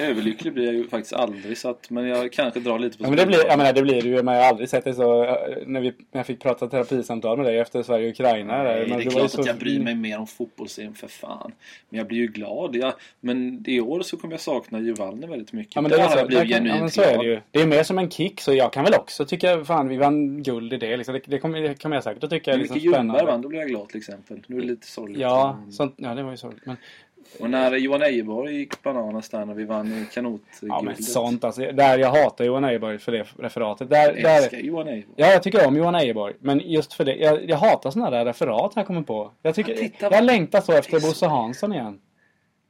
Överlycklig blir jag ju faktiskt aldrig, så att, men jag kanske drar lite på
Ja, men det blir, jag menar det blir det ju. Men jag har aldrig sett dig så. eh, När, vi, när jag fick prata terapisamtal med dig efter Sverige och Ukraina. där.
Nej,
men
det är
du var ju
klart
så-
att jag bryr mig mer om fotbolls för fan. Men jag blir ju glad. Jag, men i år så kommer jag sakna ju Wallner väldigt mycket.
Ja, men
Där
det är
har
så,
jag blivit
där kan- ja, men
genuint
så är det
glad.
ju. Det är mer som en kick så jag kan väl också tycka fan vi vann guld i det liksom. Det, det kommer det kommer jag säkert att tycka är
När
liksom
Micke Ljungberg
spännande.
vann, då blev jag glad till exempel. Nu är det lite sorgligt.
Ja,
Mm.
sånt, ja, det var ju sorgligt. Men
Och när Johan Ejeborg gick bananas där när vi vann kanotguldet.
Ja men sånt alltså. Där jag hatar Johan Ejeborg för det referatet. Där,
Jag älskar
där,
Johan Ejeborg.
ja, jag tycker om Johan Ejeborg. Men just för det. Jag, jag hatar sådana där referat här kommer på. Jag,
Ja,
tycker,
titta vad-
jag längtar så efter
Det är så-
Bosse Hansson igen.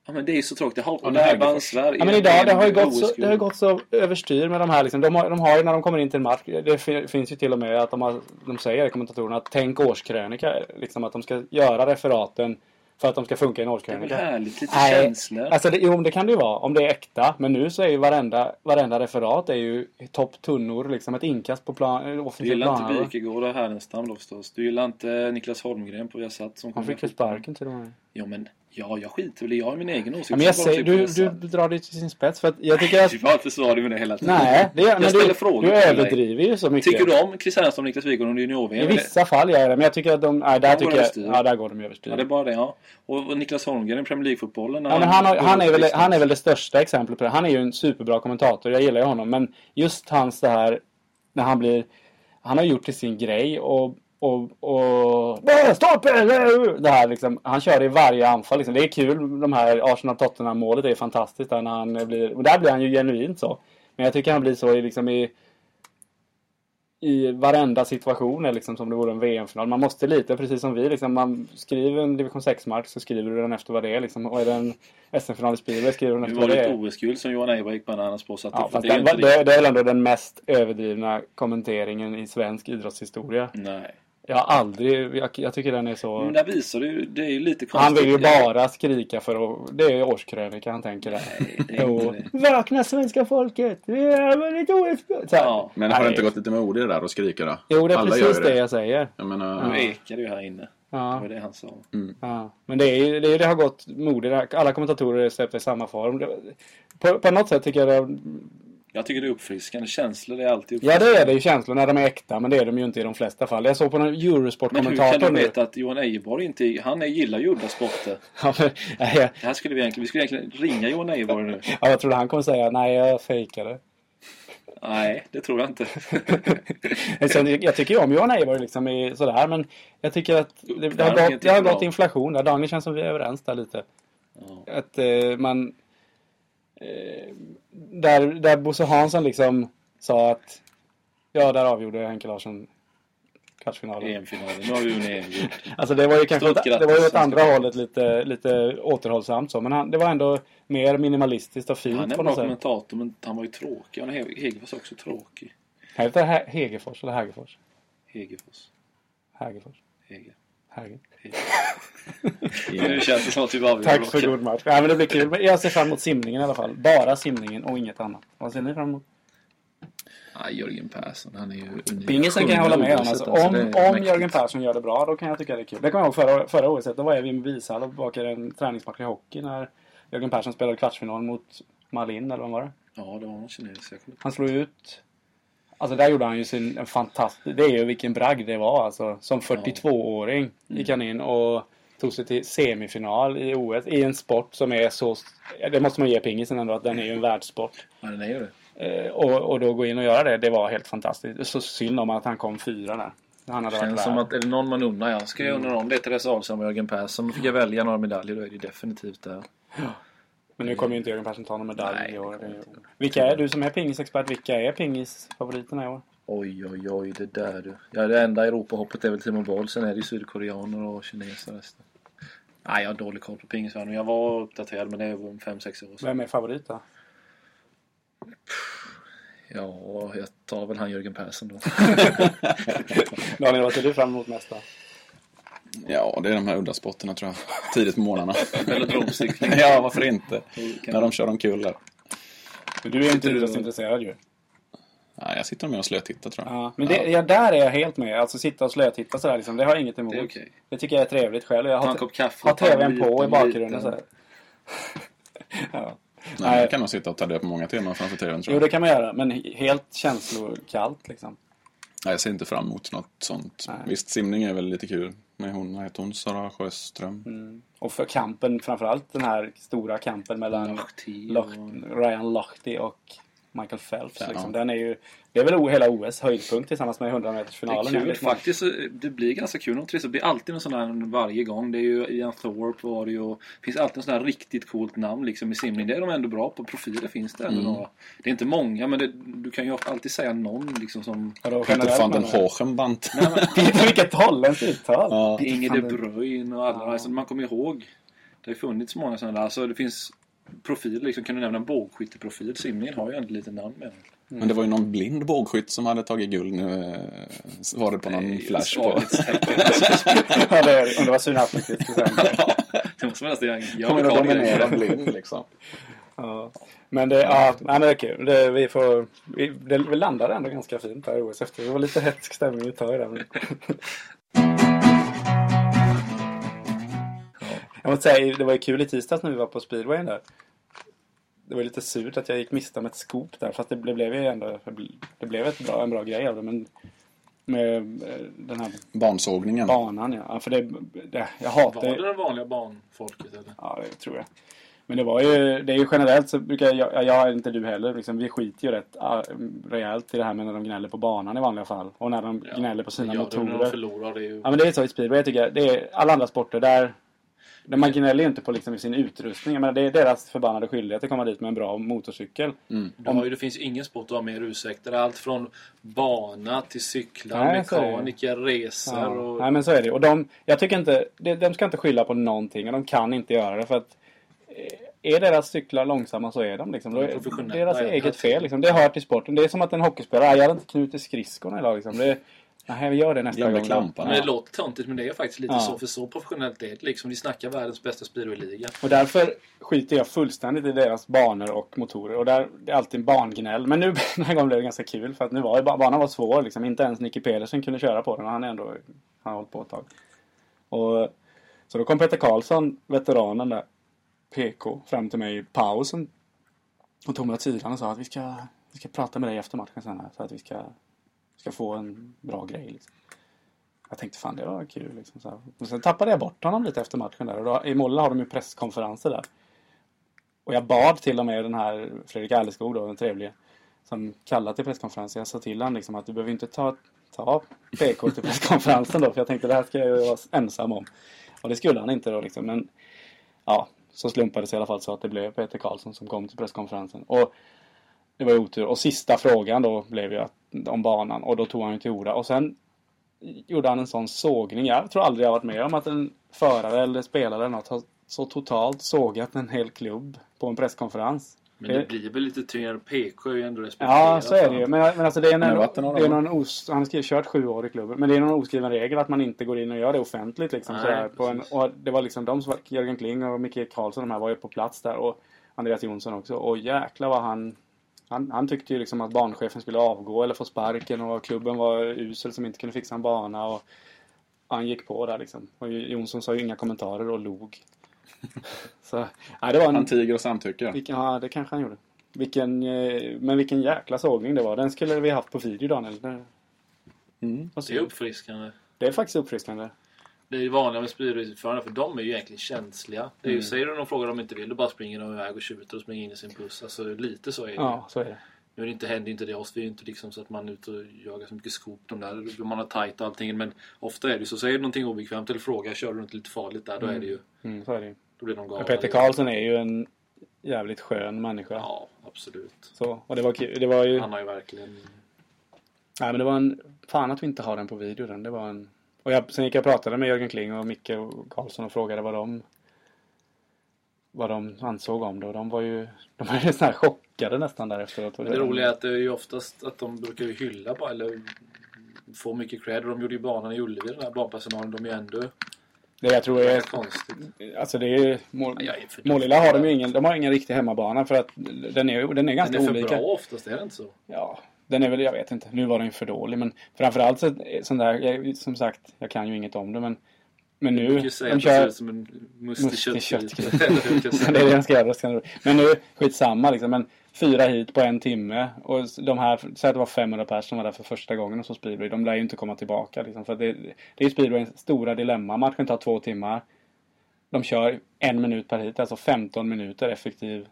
Ja men det är ju så tråkigt. Det har, och
men
där vann
Hägerfors.
Sverige.
Ja, men idag, det har ju
med
gått så,
OS-guld.
det har ju gått så överstyr med de här liksom. De har, de har ju när de kommer in till en match. Det fin- finns ju till och med att de, har, de säger, kommentatorerna, att tänk årskrönika. Liksom att de ska göra referaten för att de ska funka i
Det är
en
väl
årskrönika.
härligt. Lite
Nej,
känslor.
Alltså det, jo, men det kan det ju vara om det är äkta. Men nu så är ju varenda, varenda referat är ju topptunnor. Liksom ett inkast på plan, eh,
du
offensiv
gillar inte
plan.
Wikegård och Härenstam då förstås. Du gillar inte Niklas Holmgren på Viasat som
Han
kommer
fick ju
skjuta.
sparken till och med.
Jo men Ja, jag skiter väl i. Jag har min egen åsikt.
Ja, men jag
Så
säger,
bara
du,
klipper
du
jag sen.
drar det till sin spets för att jag tycker att...
Du var inte svarig med det hela tiden.
Nej, det, men
ställer
du,
frågor
du
till dig.
överdriver ju så mycket.
Tycker du om Chris Hernström, Niklas Wiklund och
I
junior-VM?
vissa fall gör jag det, men jag tycker att de... Nej, där
De går
tycker jag...
överstyr.
Ja, där går de överstyr.
Ja, det är bara det. Ja. Och och Niklas Holmgren i Premier League-fotbollen. när
Ja, men han, har, han, är väl,
Liksom-
han är väl det största exemplet på det. Han är ju en superbra kommentator. Jag gillar ju honom. Men just hans det här när han blir... Han har gjort till sin grej och... och, och "Äh, Stopp! eller?" Det här liksom. Han kör i varje anfall. Liksom. Det är kul. De här Arsenal-Tottenham-målet är fantastiskt. Där när han blir, och där blir han ju genuint så. Men jag tycker han blir så i, liksom, i, i varenda situation är liksom, som det vore en VM-final. Man måste lite, precis som vi, liksom, man skriver en division 6-match så skriver du den efter vad det är. Liksom. Och är det en SM-final i Spielberg skriver du den
Nu
efter
var
vad det
det ett
är.
OS-guld som Johan Eibach bland annat spåsat
Ja,
upp.
fast
det är
det,
ju inte
det, det
riktigt.
är väl ändå den mest överdrivna kommenteringen i svensk idrottshistoria.
Nej.
Jag har aldrig... Jag, jag tycker den är
Men
så...
där visar du ju- Mm, det är ju lite konstigt.
Han vill ju bara skrika för att... Det är årskrönika han tänker där.
Nej, det är
Jo.
inte det.
Vakna svenska folket! Vi har vunnit OS-guld! Så här.
Ja,
Men har det
Nej.
inte gått lite med ord i det där och skriker då?
Jo, det är
Alla
precis
gör
det
det.
jag säger.
Jag menar,
nu ekar det ju här inne. Det
Ja.
var det han sa.
Ja, men det, är, ju- det, är, ju- det har gått mode. Det har- Alla kommentatorer släppte i samma form. Det, på, på något sätt tycker jag det,
Jag tycker det är uppfriskande. Känslor det är alltid
Ja,
uppfriskande.
det är det ju känslor när de är äkta, men det är de ju inte i de flesta fall. Jag såg på någon
Men hur kan
Eurosport-kommentator
du
nu.
veta att Johan Ejeborg inte... Han är, gillar ju udda sporter.
[LAUGHS] Ja, men- [LAUGHS] nej, jag,
Det här skulle vi egentligen... Vi skulle egentligen ringa Johan Ejeborg nu.
ja, jag trodde han kommer säga nej, jag fejkade.
Nej, det tror jag inte. [LAUGHS]
Men Sen, jag tycker ju om Johan Eivor liksom i sådär, men jag tycker att det, det
Där
har gått,
tycker
det har
jag
gått
om.
inflation där. Daniel känns som vi är överens där lite.
Ja.
Att eh, man... Eh, där, där Bosse Hansson liksom sa att... Ja, där avgjorde Henke Larsson kvartsfinalen.
EM-finalen. Nu har vi vunnit EM-guld.
Alltså det var ju kanske...
Stort
Åt,
grattis,
det var ju åt
svenska
andra
folket.
hållet lite, lite återhållsamt så. Men han, det var ändå mer minimalistiskt och
Han
fint
är
på
en bra
något sätt.
kommentator, men han var ju tråkig. Han He- Hegerfors är också tråkig.
Heter det Hä- Hegerfors eller Hägerfors?
Hegerfors.
Hägerfors.
Heger.
Häger.
Nu känns det som att vi bara vill
Tack för
åka.
god match. Ja, men det blir kul. Men Jag ser fram emot simningen i alla fall. Bara simningen och inget annat. Vad ser ni fram emot?
Ja, Jörgen Persson, han är ju unik.
Pingisen kan jag hålla med om. Alltså,
Sjunde
om
OS-et, alltså, det är
om
mäktigt.
Jörgen Persson gör det bra, då kan jag tycka det är kul. Det kommer jag ihåg förra, förra året. Då var jag vid Vishall och bakade en träningsmatch i hockey när Jörgen Persson spelade kvartsfinal mot Malin, eller vad var det?
Ja, det var någon kines. Jag kommer...
Han slog ut... Alltså där gjorde han ju sin en fantastisk... Det är ju vilken bragd det var alltså. Som 42-åring gick han in och tog sig till semifinal i OS i en sport som är så... Det måste man ge pingisen ändå, att den är ju en världssport.
Ja, den är ju det.
Eh, och, och då gå in och göra det, det var helt fantastiskt. Så synd om att han kom fyra där. Han hade varit
Känns
värd.
som att är det någon man undrar, ja, ska jag undra om det är Therese Ahlström och Jörgen Persson. Fick jag välja några medaljer då är det definitivt där.
Men nu kommer ju inte Jörgen Persson ta någon medalj
Nej,
i
det
år.
kommer inte.
Vilka är du som är pingisexpert? Vilka är pingisfavoriterna i år?
Oj, oj, oj, det där du. Ja, det enda Europahoppet är väl Timo Boll. Sen är det ju sydkoreaner och kineser resten. Nej, jag har dålig koll på pingisvärlden. Jag var uppdaterad, men det var 5-6 år sedan.
Vem är favorit då?
Ja, jag tar väl han Jörgen Persson då.
Daniel, vad ser du fram emot mest då?
ja, det är de här udda spotterna tror jag. [LAUGHS] Tidigt
[LAUGHS]
på morgnarna.
Eller dromstickning.
ja, varför inte?
Kan-
När de kör omkull där.
Men du är ju inte
du-
idrottsintresserad ju.
Nej, jag sitter med och slötittar tror jag.
Ja, men det, ja, där är jag helt med. Alltså sitta och slötitta sådär liksom. Det har jag inget emot.
Det är okej.
Det tycker jag är trevligt själv. Jag
Ta en
har,
kopp kaffe.
har
ta en
tvn
liten,
på i bakgrunden
liten-
sådär. ja.
Nej,
Nej.
jag kan nog sitta och ta död på många timmar framför tvn
Jo,
tror jag.
det kan man göra. Men he- helt känslokallt liksom.
Nej, jag ser inte fram emot något sånt.
Nej.
Visst, simning är väl lite kul. Med hon, vad heter hon? Sara Sjöström.
Mm. Och för kampen, framförallt den här stora kampen mellan
Lahti och-
Loch- Ryan Lochte och Michael Phelps.
Ja.
Liksom. Den är ju, det är väl o- hela OS höjdpunkt tillsammans med
Det är
100-metersfinalen.
kul.
Liksom.
Faktiskt, så- eh, det blir ganska kul. om Triss. Det blir alltid någon sån här varje gång. Det är ju Ian Thorpe var det ju. och- Det finns alltid en sån här riktigt coolt namn liksom i simning. Det är de ändå bra på. Profiler finns det
Mm.
ändå några. Det är inte många men det, du kan ju alltid säga någon liksom som...
Vadå,
Peter
generellt
van den
menar jag?
Hogenbant.
[LAUGHS] Vilket holländskt uttal!
ja.
Inger
Fan,
de
det-
Bruyne och alla. Alltså, man kommer ihåg. Det har ju funnits många sådana där. Alltså det finns profiler liksom. Kan du nämna en bågskytteprofil? Simningen har ju ändå lite namn med.
Mm.
Men det var ju någon blind bågskytt som hade tagit guld nu. eh, Var det på någon flash på.
Svaghetstecken, alltså.
Ja, det är- Undrar vad Sunatic skulle
[LAUGHS]
säga.
[LAUGHS]
Det måste man nästan göra. en-
Kommer att
Carl Eriksson.
dominera blind liksom.
Ja. Men det, ja, nej, men det är kul. Det, vi, får, vi, det, vi landade ändå ganska fint här i OS efter. Det var lite hetsk stämning ett tag där. Men... Jag måste säga, det var ju kul i tisdags när vi var på speedwayen där. Det var ju lite surt att jag gick miste om ett scoop där. Fast det blev, blev ju ändå det blev ett bra, en bra grej av det. Men med eh, den här
Barnsågningen.
banan ja. ja för det, det, jag hatar
Var
ju-
det det vanliga barnfolket eller?
Ja, det tror jag. Men det var ju, det är ju generellt så brukar jag, jag, jag är inte du heller, liksom, vi skiter ju rätt ah, rejält i det här med när de gnäller på banan i vanliga fall. Och när de gnäller på sina
ja, det är när de
motorer.
förlorar det är ju...
ja men det är så i speedway tycker jag. Det är alla andra sporter där, där man gnäller ju inte på liksom, sin utrustning. Jag menar, det är deras förbannade skyldighet att komma dit med en bra motorcykel.
Du har ju, det finns ju ingen sport att vara mer ursäktad. Allt från bana till cyklar,
Nej, så är det ju.
mekaniker, resor
Ja.
och...
Nej men så är det. Och de, jag tycker inte, de, de ska inte skylla på någonting och de kan inte göra det för att eh, är deras cyklar långsamma så är de liksom. Då
De är
är
professionella,
deras
ja, det här
eget
tiden.
fel liksom. Det hör till sporten. Det är som att en hockeyspelare, "Ah, jag hade inte knutit skridskorna idag liksom. Det, nej vi gör det nästa
Glömde
gång.
klamparna.
Men
Ja.
det låter töntigt men det är faktiskt lite
Ja.
så för så professionellt det är det liksom. De snackar världens bästa speedwayliga.
Och därför skiter jag fullständigt i deras banor och motorer. Och där, det är alltid en bangnäll. Men nu [LAUGHS] den här gången blev det ganska kul för att nu var ju ba- banan var svår liksom. Inte ens Nicky Pedersen kunde köra på den och han är ändå, han har hållit på ett tag. Och, så då kom Peter Karlsson, veteranen där, PK, fram till mig i pausen. Och tog mig åt sidan och sa att vi ska, vi ska prata med dig efter matchen sen här. Så att vi ska, ska få en bra grej liksom. Jag tänkte fan det var kul liksom. Så här. Men sen tappade jag bort honom lite efter matchen där. Och då, I Molla har de ju presskonferenser där. Och jag bad till och med den här Fredrik Alleskog då, den trevlige. Som kallade till presskonferensen. Jag sa till honom liksom att du behöver inte ta, ta PK till presskonferensen då. För jag tänkte det här ska jag ju vara ensam om. Och det skulle han inte då liksom. Men ja, så slumpades det i alla fall så att det blev Peter Karlsson som kom till presskonferensen. Och det var ju otur. Och sista frågan då blev ju att, om banan. Och då tog han ju till orda. Och sen gjorde han en sån sågning. Jag tror aldrig jag varit med om att en förare eller spelare eller något har så totalt sågat en hel klubb på en presskonferens.
Men
Det-
det blir väl lite tyngre. PK är ju ändå respekterat.
Ja, så är det ju. Men, men alltså det är,
Men
en,
det vatten har
det är
de.
någon os, han har skrivit, kört sju år i klubben. Men det är någon oskriven regel att man inte går in och gör det offentligt. Liksom,
Nej,
sådär, på en,
precis.
och det var liksom de som var, Jörgen Kling och Micke Karlsson, de här var ju på plats där. Och Andreas Jonsson också. Och jäklar vad han... Han, han tyckte ju liksom att banchefen skulle avgå eller få sparken och klubben var usel som inte kunde fixa en bana. Och han gick på där liksom. Och Jonsson sa ju inga kommentarer och log. Så, nej, det var en,
Han tiger och samtycker.
vilken, ja, det kanske han gjorde. Vilken, eh, men vilken jäkla sågning det var. Den skulle vi haft på video, Daniel. Det,
Mm.
vad
Det är
synd.
uppfriskande.
det är faktiskt uppfriskande.
Det är ju vanliga med speedwayförare för de är ju egentligen känsliga. Det är
Mm.
ju, Säger du någon fråga de inte vill, då bara springer de iväg och tjuter och springer in i sin buss. Alltså lite så är det ju.
Ja, så är det.
Nu är det inte, händer inte det oss. Vi är ju inte liksom så att man är ute och jagar så mycket skop. De där, man har tajt och allting. Men ofta är det ju så. Säger du någonting obekvämt eller frågar, kör du något lite farligt där, då är det ju...
Mm, så är det. ju.
Då blir de galna.
Men Peter Karlsson är ju en jävligt skön människa.
Ja, absolut.
Så, och det var kul. Det var ju...
Han har ju verkligen...
Nej, men det var en... Fan att vi inte har den på video. Den. Det var en... Och jag, sen gick jag och pratade med Jörgen Kling och Micke och Karlsson och frågade vad de... Vad de ansåg om det. Och de var ju... De var ju så här chockade nästan där efteråt.
Men det roliga är att det är ju oftast att de brukar ju hylla bara, eller få mycket cred. Och de gjorde ju banan i Ullevi, den här banpersonalen. De är ju ändå...
Mm. Det jag tror
Det
är
är konstigt.
Alltså det är ju... Mål...
Ja, jag är för-
Målilla har de ju ingen, de har ingen riktig hemmabana för att den är, den är
Den
ganska
är för
olika.
bra oftast, är det inte så?
Ja, den är väl, jag vet inte, nu var den ju för dålig men framförallt så, sån där, jag, som sagt, jag kan ju inget om det men, men nu,
Du kan ju säga
de
att det ser
kör,
ut som en
Mustig
mustig köttbit.
köttbit.
[LAUGHS] Eller hur kan jag
[LAUGHS] det är
säga?
det de ska göra, ska de- men nu, skitsamma liksom, men fyra hit på en timme och de här, säg att det var 500 personer som var där för första gången och så speedway, de lär ju inte komma tillbaka liksom, för att det, det är ju speedwayens stora dilemma, matchen tar två timmar, de kör en minut per hit, alltså 15 minuter effektiv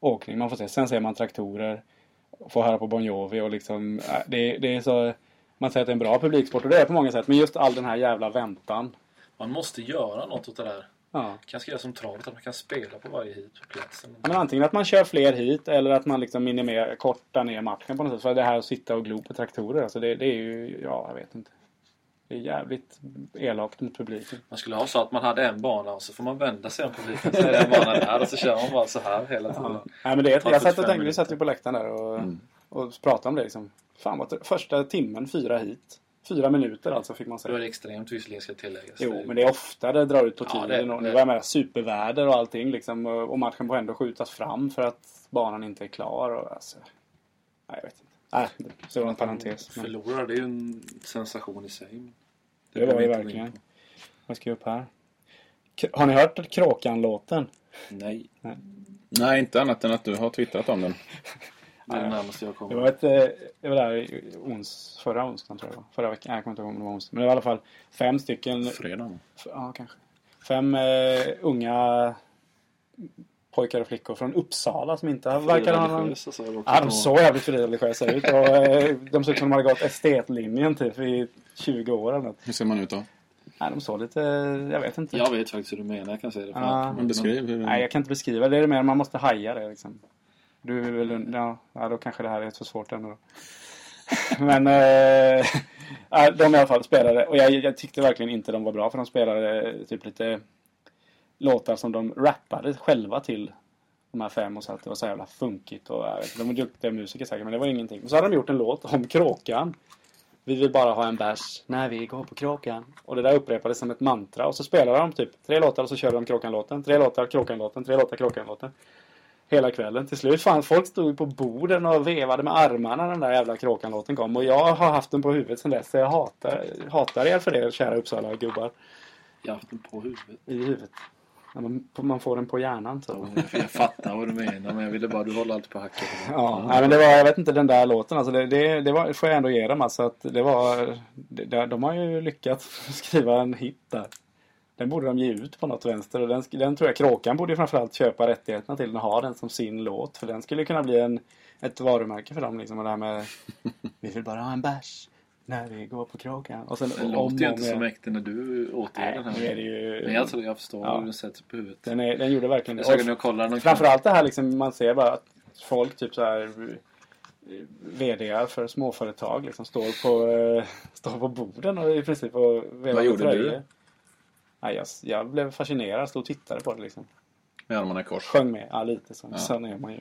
åkning man får se. Sen ser man traktorer, får höra på Bon Jovi och liksom, äh, det, det är så... Man säger att det är en bra publiksport och det är det på många sätt, men just all den här jävla väntan.
Man måste göra något åt det där.
Ja.
kanske göra som travet, att man kan spela på varje hit på platsen.
Ja, Men antingen att man kör fler hit eller att man liksom minimerar, kortar ner matchen på något sätt. För det här att sitta och glo på traktorer, alltså det, det är ju, ja, jag vet inte. Det är jävligt elakt mot publiken.
Man skulle ha så att man hade en bana och så får man vända sig om publiken. Så är det en bana där och så kör man bara så här hela tiden.
Nej, men det är,
Ta
jag satt
45
och tänkte, vi
minuter.
satt ju på läktaren där och, och pratade om det liksom. Fan vad tr- första timmen, fyra hit. Fyra minuter alltså fick man
Då är
säga.
det extremt visserligen ska tilläggas.
Jo, men det är ofta det drar ut på
Ja,
tiden.
det är det.
och nu var jag med superväder och allting liksom. Och och matchen får ändå skjutas fram för att banan inte är klar. Och, alltså, nej, jag vet inte. Nej, det- det var en parentes. men-
Förlorar, det är ju en sensation i sig.
Det var
behöver
det
vi inte gå in
verkligen.
på.
Vad ska jag upp här? K- Har ni hört Kråkan-låten?
Nej,
Nej, inte annat än att du har twittrat om den.
det är det närmaste jag
Det
kommer.
var ett, eh, det var där i ons, förra onsdagen tror jag det var. Förra veckan, jag kommer inte ihåg om det var onsdag. Men det var i alla fall fem stycken,
Fredagen.
f- ja kanske. Fem eh, unga pojkar och flickor från Uppsala som inte verkar ha någon...
Frireligiösa sa jag också.
Ja, de såg jävligt frireligiösa ut. Och, eh, de såg ut som de hade gått estetlinjen typ i 20 år eller något.
Hur ser man ut då?
Nej, de såg lite, jag vet inte.
Jag vet faktiskt hur du menar, jag kan säga det. för
Ja.
att-
Men beskriv hur...
Mm. Nej, jag kan inte beskriva. Det är det mer man måste haja det liksom. Du är väl... und- Ja, ja, då kanske det här är för svårt ändå. då. [LAUGHS] Men eh, ja, de i alla fall spelade och jag, jag tyckte verkligen inte de var bra för de spelade eh, typ lite låtar som de rappade själva till de här fem och så att det var så jävla funkigt och jag vet inte, de var duktiga musiker säkert men det var ingenting. Och så hade de gjort en låt om kråkan. Vi vill bara ha en bärs när vi går på kråkan. Och det där upprepades som ett mantra och så spelade de typ tre låtar och så körde de kråkan-låten, tre låtar, kråkan-låten, tre låtar, kråkan-låten. Hela kvällen. Till slut fan, folk stod ju på borden och vevade med armarna när den där jävla kråkan-låten kom. Och jag har haft den på huvudet sedan dess så jag hatar, hatar er för det kära Uppsala-gubbar.
Jag har haft den på huvudet.
I huvudet. När man, man får den på hjärnan typ.
Jo, jag- Jag fattar vad du menar men jag ville bara, du håller alltid på hacken.
Ja, nej, men det var, jag vet inte, den där låten alltså, det, det, det var, får jag ändå ge dem alltså att det var, det, de har ju lyckats [LAUGHS] skriva en hit där. Den borde de ge ut på något vänster och den, sk- den tror jag Kråkan borde ju framförallt köpa rättigheterna till den och ha den som sin låt för den skulle kunna bli en, ett varumärke för dem liksom och det här med Vi vill bara ha en bärs när vi går på Kråkan. Och sen
Den
om och
låter ju inte
om
så
igen.
mäktig när du återger
Nej,
den här.
nu är det ju...
Men jag tror jag förstår
Ja.
hur den sätter på huvudet.
den, är, den gjorde verkligen det.
Jag såg när jag kollade den.
Framförallt det här liksom, man ser bara att folk typ så här eh, VD för småföretag liksom står på, eh, står på borden och i princip och vevar
Vad gjorde
med
du?
tröjor. Nej, jag, jag blev fascinerad, stod och tittade på det liksom.
Med armarna i kors.
Sjöng med, ja lite så.
Ja.
Sen är man
[LAUGHS]
ju.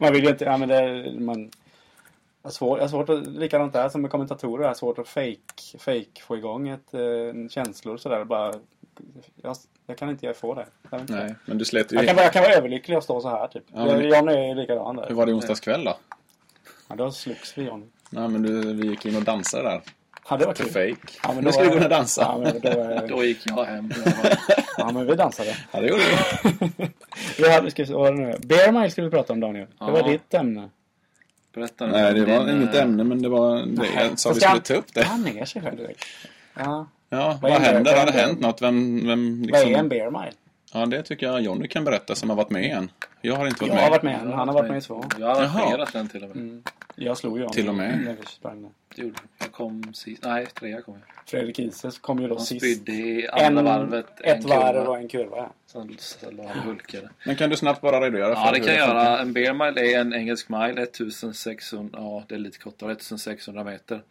man vill ju inte, ja men det, man... Jag har, svårt, jag har svårt att, likadant där som med kommentatorer, jag har svårt att fake, fake få igång ett, eh, känslor sådär. Bara, jag, jag kan inte få det. Jag vet inte.
Nej, men du slet
Jag
ju...
kan, vara- jag kan vara överlycklig och stå så här typ.
Ja, men-
Johnny är ju likadan
Hur
där.
var det i onsdags kväll då?
Ja, då slogs vi Johnny.
Nej, men du, vi gick in och dansade där.
Ja, det var
På
kul.
fake.
Ja,
nu
då-
ska du gå ner och dansa.
Ja men,
[LAUGHS]
då,
Då gick jag hem.
ja, men vi dansade.
Ja, det gjorde vi.
Vi hade, ska, vi- vad var det nu? Bear Mile skulle vi prata om Daniel. Det var
Ja.
ditt ämne.
Berätta nu.
Nej, det var
Din,
inget
eh,
ämne, men det var... Det, jag sa
Så ska
vi skulle
han-
ta upp
ska
det.
Han ner sig själv direkt. Ja.
Ja,
Vad
vad
händer?
händer?
Vad
Har det
händer?
hänt något? Vem, vem
Vad är en
liksom...
Bear Mile?
Ja, det tycker jag Jonny kan berätta som har varit med än. Jag har inte
Jag
varit
har
med.
varit med en, han har varit med i två. Mm.
Jag har
Jaha.
arrangerat den till och med.
Jag slog ju honom.
Till och med.
När vi sprang där.
Det gjorde jag. Jag kom sist. Nej, trea kom jag.
Fredrik Ises kom ju då
Han
sist.
spydde i andra varvet.
ett varv
kurva.
och en kurva. ja.
Sen så låg han och hulkade.
Men kan du snabbt bara redogöra för
Ja, det
hur
kan jag
funkar?
göra. En bear mile är en engelsk mile. 1600, ja det är lite kortare, 1600 meter.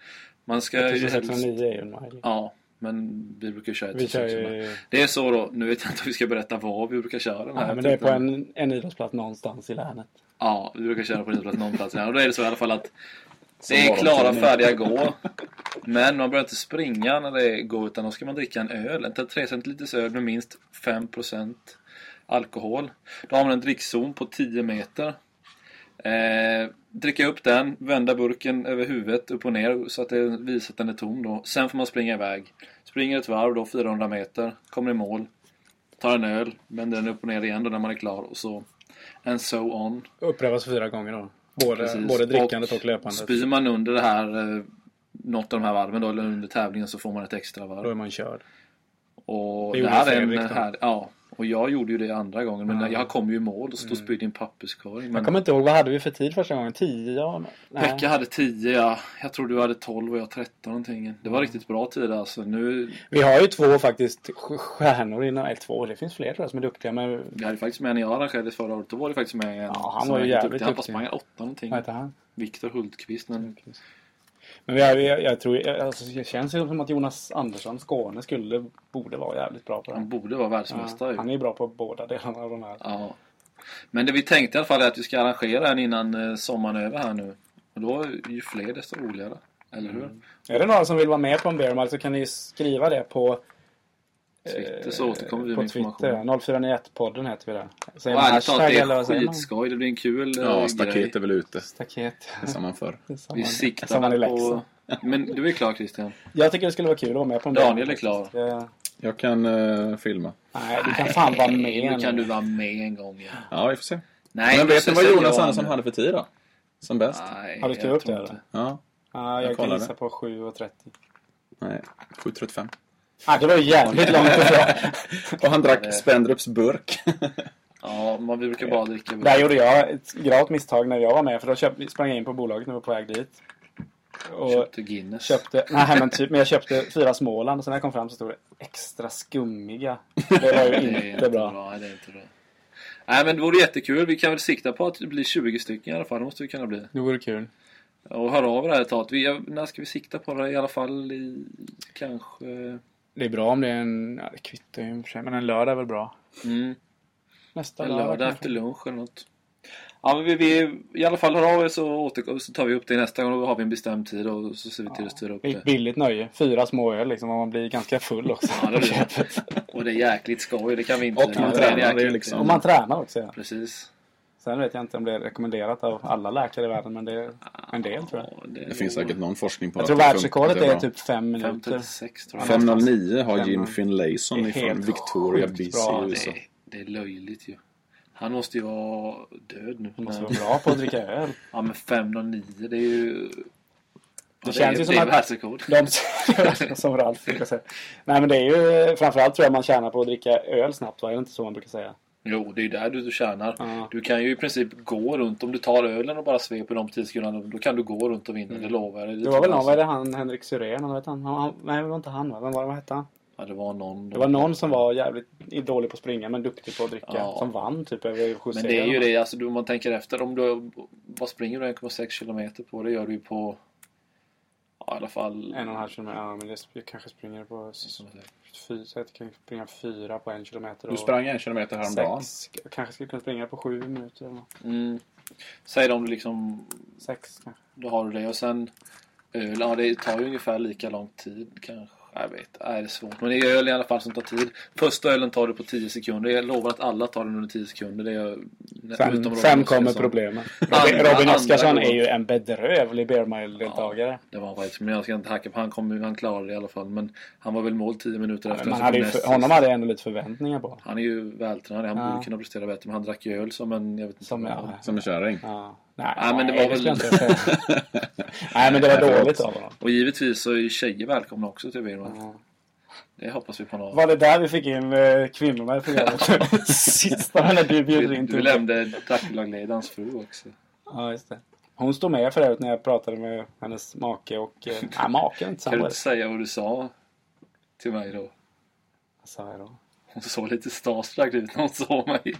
Man ska ju helst...
1609 är ju en mile.
Ja, men vi brukar köra
Vi kör
1600.
ju...
Det är så då, nu vet jag inte om vi ska berätta var vi brukar köra den här.
Ja, men det är på
typen.
en, en idrottsplats någonstans i länet.
Ja, vi brukar köra på idrottsplats någon plats. Och då är det så i alla fall att
Som
det är klara
morgontidning.
färdiga gå. Men man behöver inte springa när det är gå utan då ska man dricka en öl. En 3 centiliters öl med minst 5% alkohol. Då har man en drickzon på 10 meter. Eh, dricka upp den, vända burken över huvudet upp och ner så att det visar att den är tom då. Sen får man springa iväg. Springer ett varv då, 400 meter, kommer i mål. Tar en öl, vänder den upp och ner igen då när man är klar och så. And so on.
Upprepas fyra gånger då. Både,
Precis.
både drickandet och, löpandet.
Spyr man under det här, eh, något av de här varven då, eller under tävlingen så får man ett extra varv.
Då är man körd.
Och
Det
det,
gjorde
här är en
Fredrik då.
här, ja. Och jag gjorde ju det andra gången, men
Ja. Mm.
jag kom ju i mål och stod och spydde i en papperskorg. Men
Jag kommer inte ihåg, vad hade vi för tid första gången? Tio? Ja, nej.
Pekka hade 10, ja. jag tror du hade 12 och jag 13 någonting. Det var riktigt bra tid alltså. Nu,
Vi har ju två faktiskt st- stjärnor inom... Eller två, det finns fler tror jag som är duktiga. Men
vi hade faktiskt med när jag arrangerade förra året, då var det faktiskt med en
Ja, han
som
var ju
riktigt
jävligt
duktig. Han bara
duktig.
sprang 8 någonting.
vad heter han?
Viktor Hultqvist. Men
Men vi har, jag, jag tror... Jag, alltså, det känns ju som att Jonas Andersson, Skåne, skulle... Borde vara jävligt bra på det.
han borde vara världsmästare.
Ja,
Mm, ju.
han är ju bra på båda delarna av de här.
Ja. Men det vi tänkte i alla fall är att vi ska arrangera en innan eh, sommaren är över här nu. Och då är ju fler desto roligare. Eller hur?
Är det några som vill vara med på en beer mile så kan ni ju skriva det på... eh,
Twitter så återkommer vi
på
med information.
Twitter. 0491-podden heter vi där. Säger
Och
man
ärligt talat, det
hashtag eller
är
vad säger man?
skitskoj. Det blir en kul eh,
Ja, staket är väl ute.
Staket.
Som man förr.
Det är samma-
Vi
samma
siktar
i
väl
Leksand.
på... Men du är klar Christian.
Jag tycker det skulle vara kul att vara med på en
Daniel är klar.
Eh,
Jag kan eh, filma.
Nej, du kan fan vara
Nu
med.
kan
nu.
du vara med en gång. Ja.
Ja, vi får se.
Nej,
Men
du
vet ni vad
sätter
Jonas
jag
Andersson
nu.
hade för tid då? Som bäst?
Nej,
Har du skrivit
jag
upp
tror
det,
inte.
eller?
Ja.
Ja, jag
Jag
kan
kollar
gissa på 7.30.
Nej. 7.35.
Ah, det var ju jävligt långt ifrån.
[LAUGHS]
Och han
det-
drack
[LAUGHS]
Spendrups burk.
Ja, man brukar bara dricka.
Där gjorde jag ett gravt misstag när jag var med. För då köp, sprang jag in på bolaget när vi var på väg dit. Och
Köpte Guinness.
köpte, nej men typ, men jag köpte fyra Småland och sen när jag kom fram så stod det extra skummiga. Det
[LAUGHS]
var ju inte bra.
Nej, det är inte bra. Nej, men det vore jättekul. Vi kan väl sikta på att det blir 20 stycken i alla fall. Det måste vi kunna bli.
Det vore kul.
Och höra av er här ett tag. Vi, när ska vi sikta på det? I alla fall i kanske...
Det är bra om det är en, ja, det kvittar ju i och för sig, men en lördag är väl bra.
Mm,
Nästa
en
lördag,
lördag
kanske.
efter lunch eller något. Ja, men vi, vi, I alla fall hör av er så, återkom, så tar vi upp det nästa gång. Då har vi en bestämd tid och så ser vi till att styra upp
Det är ett
det.
billigt nöje. Fyra små öl liksom och man blir ganska full också.
Ja, det blir det. Och det är jäkligt skoj. Det kan vi inte...
Och man
det är
tränar, det är
jäkligt-
liksom-
Och man tränar också. Ja.
Precis.
Sen vet jag inte om det är rekommenderat av alla läkare i världen men det är en del tror jag.
Ja, det,
Det finns säkert någon forskning på
Jag
att
tror
det funkar
världsrekordet
bra.
är typ fem minuter.
536 tror jag.
5.09 har
Femman.
Jim Finlayson
Det är
ifrån
helt
Victoria
sjukt
BC
bra.
i
Det
USA.
är, det är löjligt ju. Han måste ju vara död nu.
Man måste
Men,
vara bra på att dricka öl.
ja men 509 det är ju... Ja, det,
känns
är,
ju som
det är
att-
världsrekord.
De [LAUGHS] som Ralf brukar säga. Nej men det är ju framförallt tror jag man tjänar på att dricka öl snabbt va? Är det inte så man brukar säga?
[LAUGHS] Jo, det är ju där du, du tjänar.
Ja.
Du kan ju i princip gå runt. Om du tar ölen och bara sveper de 10 sekunderna. Då kan du gå runt och vinna. Det lovar jag.
Mm.
Alltså,
Det var väl någon, vad är det han, Henrik Syrén? Han, han, han, nej det var inte han va? Vem var det, vad hette han?
Ja, det var någon.
Det var någon som var jävligt dålig på att springa men duktig på att dricka.
Ja.
Som vann typ över José.
Men det är ju det, alltså du, om man tänker efter. Om du, vad springer du 1,6 kilometer på? Det gör du ju på... Ja, i alla fall...
En och en halv kilometer. Ja men det sp- jag kanske springer på... s- Fy, så jag kan springa fyra på en kilometer.
Du
och
sprang en kilometer häromdagen.
Sex. Jag kanske skulle kunna springa på sju minuter eller något.
Mm. Säg det om du liksom
Sex kanske.
Då har du det. Och sen öl, ja det tar ju ungefär lika lång tid kanske. Jag vet, nej det är svårt. Men det är öl i alla fall som tar tid. Första ölen tar du på 10 sekunder. Jag lovar att alla tar den under 10 sekunder. Det är, utom
Sen,
Robin
sen kommer
Oskarsson. [LAUGHS]
problemen.
Andra-
Robin, Robin
andra
Oskarsson
går.
är ju en bedrövlig Bear Mile-deltagare.
Det var han faktiskt. Men jag ska inte hacka på han. Kom, ju- han klarade det i alla fall. Men han var väl i mål 10 minuter efter.
Man
så
hade ju
näst
för,
sist.
honom hade jag ändå lite förväntningar på.
Han är ju vältränad. Han
Ja.
borde kunna prestera bättre. Men han drack ju öl som en... Jag vet inte.
Som
vad-
jag...
Som en kärring.
Ja. Nej,
Ja, men det
nej,
var
skulle
väl-
jag
[LAUGHS]
inte säga. nej, men det var dåligt av honom.
Och givetvis så är ju tjejer välkomna också till Birman. Det hoppas vi på något.
Var det där vi fick in eh, kvinnorna i programmet?
[LAUGHS]
Sista när du bjöd
Du,
in
du
till...
nämnde Dracula-gledarens fru också.
Ja, just det. Hon stod med för övrigt när jag pratade med hennes make och...
[LAUGHS]
eh, Nej, make är inte
Kan du
samma.
inte säga vad du sa till mig då?
Vad sa Alltså, jag då?
Hon såg lite starstruck ut när hon såg mig.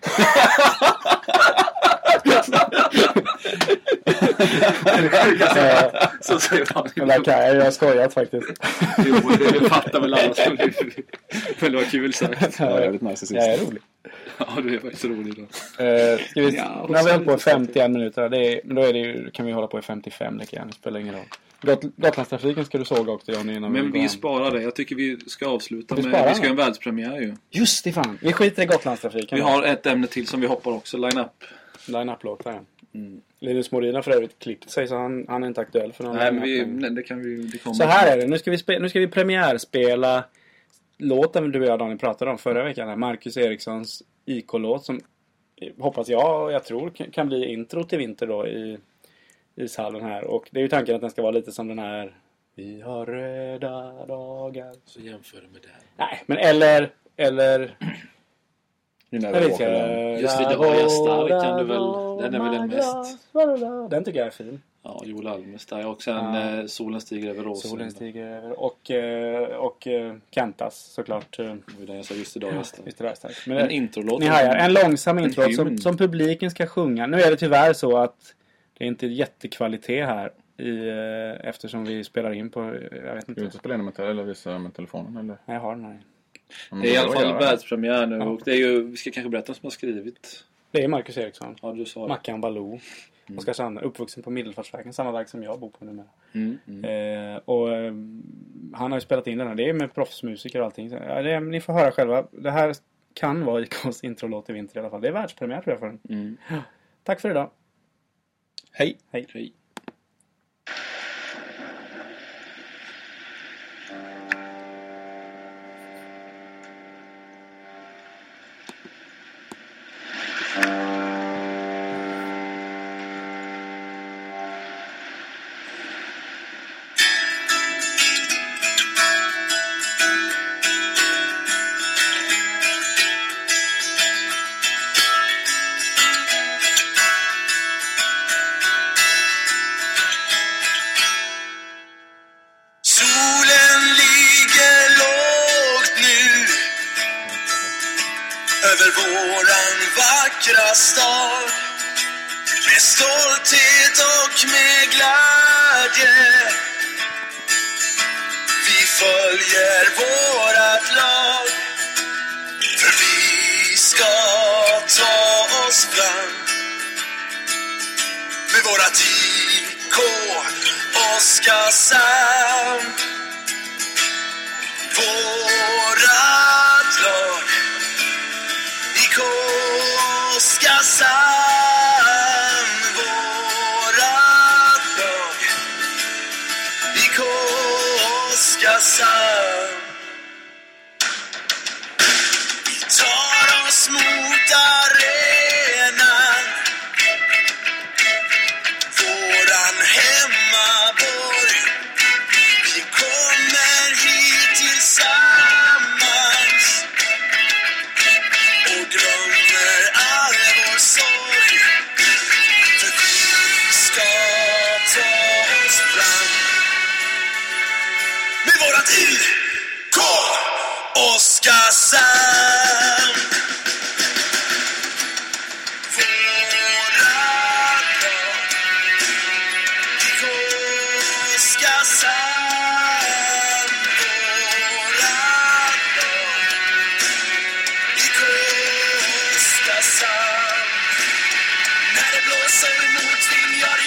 Eh,
Så säger han.
Men där kan jag, jag har skojat faktiskt.
Jo, det fattar väl alla som du Men det var kul sagt.
Det var jävligt nice sist.
Jag är rolig.
Ja, du är faktiskt rolig då.
Eh, ska vi,
Ja,
nu har vi hållit på i 51 minuter. Det är, men då är det ju, kan vi hålla på i 55 lika gärna. Det spelar ingen roll. Got, Gotlandstrafiken ska du såga också Johnny innan
Men
går hem.
vi sparar det. Jag tycker vi ska avsluta
Vi
med...
sparar
Vi ska
det.
ha en världspremiär ju.
Just det fan! Vi skiter i Gotlandstrafiken.
Vi har ett ämne till som vi hoppar också. Line-up.
Line-up-låtar. Mm. Linus Morin har för övrigt klippt sig så han, han är inte aktuell för någon
Nej, men vi,
line-up.
nej, det kan vi ju... Det kommer.
Så här är det. Nu ska vi, spe, nu ska vi premiärspela låten du och jag Daniel pratade om förra veckan. här. Marcus Erikssons IK-låt som eh, hoppas jag och jag tror kan- kan bli intro till vinter då i ishallen här. Och det är ju tanken att den ska vara lite som den här Vi har röda dagar.
Så jämför det med det här.
Nej, men eller eller
You
jag
never
vet
walk
inte.
alone.
Just det, då är jag stark, kan du väl- den är väl den mest-
Den tycker jag är fin.
Ja, Joel Almes där. Och sen
Ja.
eh, Solen stiger över Råsunda.
Solen stiger över och, eh, och eh, Kantas såklart. eh,
Det var den jag sa just idag. just det.
Visst är det här starkt. Men
En
det-
introlåt.
Ni hajar. En långsam intro som,
hymn.
som publiken ska sjunga. Nu är det tyvärr så att det är inte jättekvalitet här. I, eh, eftersom vi spelar in på... eh, Jag vet
Ska vi
inte.
inte spela in med, te- eller visa med telefonen eller?
Jag har den här.
Ja, men
Det är i
då
alla
gör
fall
jag
världspremiär nu och det är ju, vi ska kanske berätta vem som har skrivit.
Det är Marcus Eriksson.
Ja, Mm. du sa det.
Mackan Baloo. Oskarshamn. Uppvuxen på Middelfartsvägen. Samma väg som jag bor på numera.
Mm, mm.
Eh, och, eh, han har ju spelat in den här. Det är med proffsmusiker och allting. Så, ja, det, ni får höra själva. Det här kan vara [LAUGHS] IKs introlåt i vinter i alla fall. Det är världspremiär tror jag för den.
Mm.
Tack för idag.
Hej!
Hej.
Hej.
våran vackra stad. Med stolthet och med glädje. Vi följer vårat lag. För vi ska ta oss fram. Med vårat IK Oskarshamn. Vårat lag IK Oskarshamn Vårat lag IK Oskarshamn Vi tar oss mot arenan Våran hemmaborg vi kommer hit tillsammans och glömmer all vår sorg. För vi ska ta oss fram med vårat IK Oskarshamn. Vårat lag IK Oskarshamn, vårat lag. IK Oskarshamn. När det blåser motvind, ja,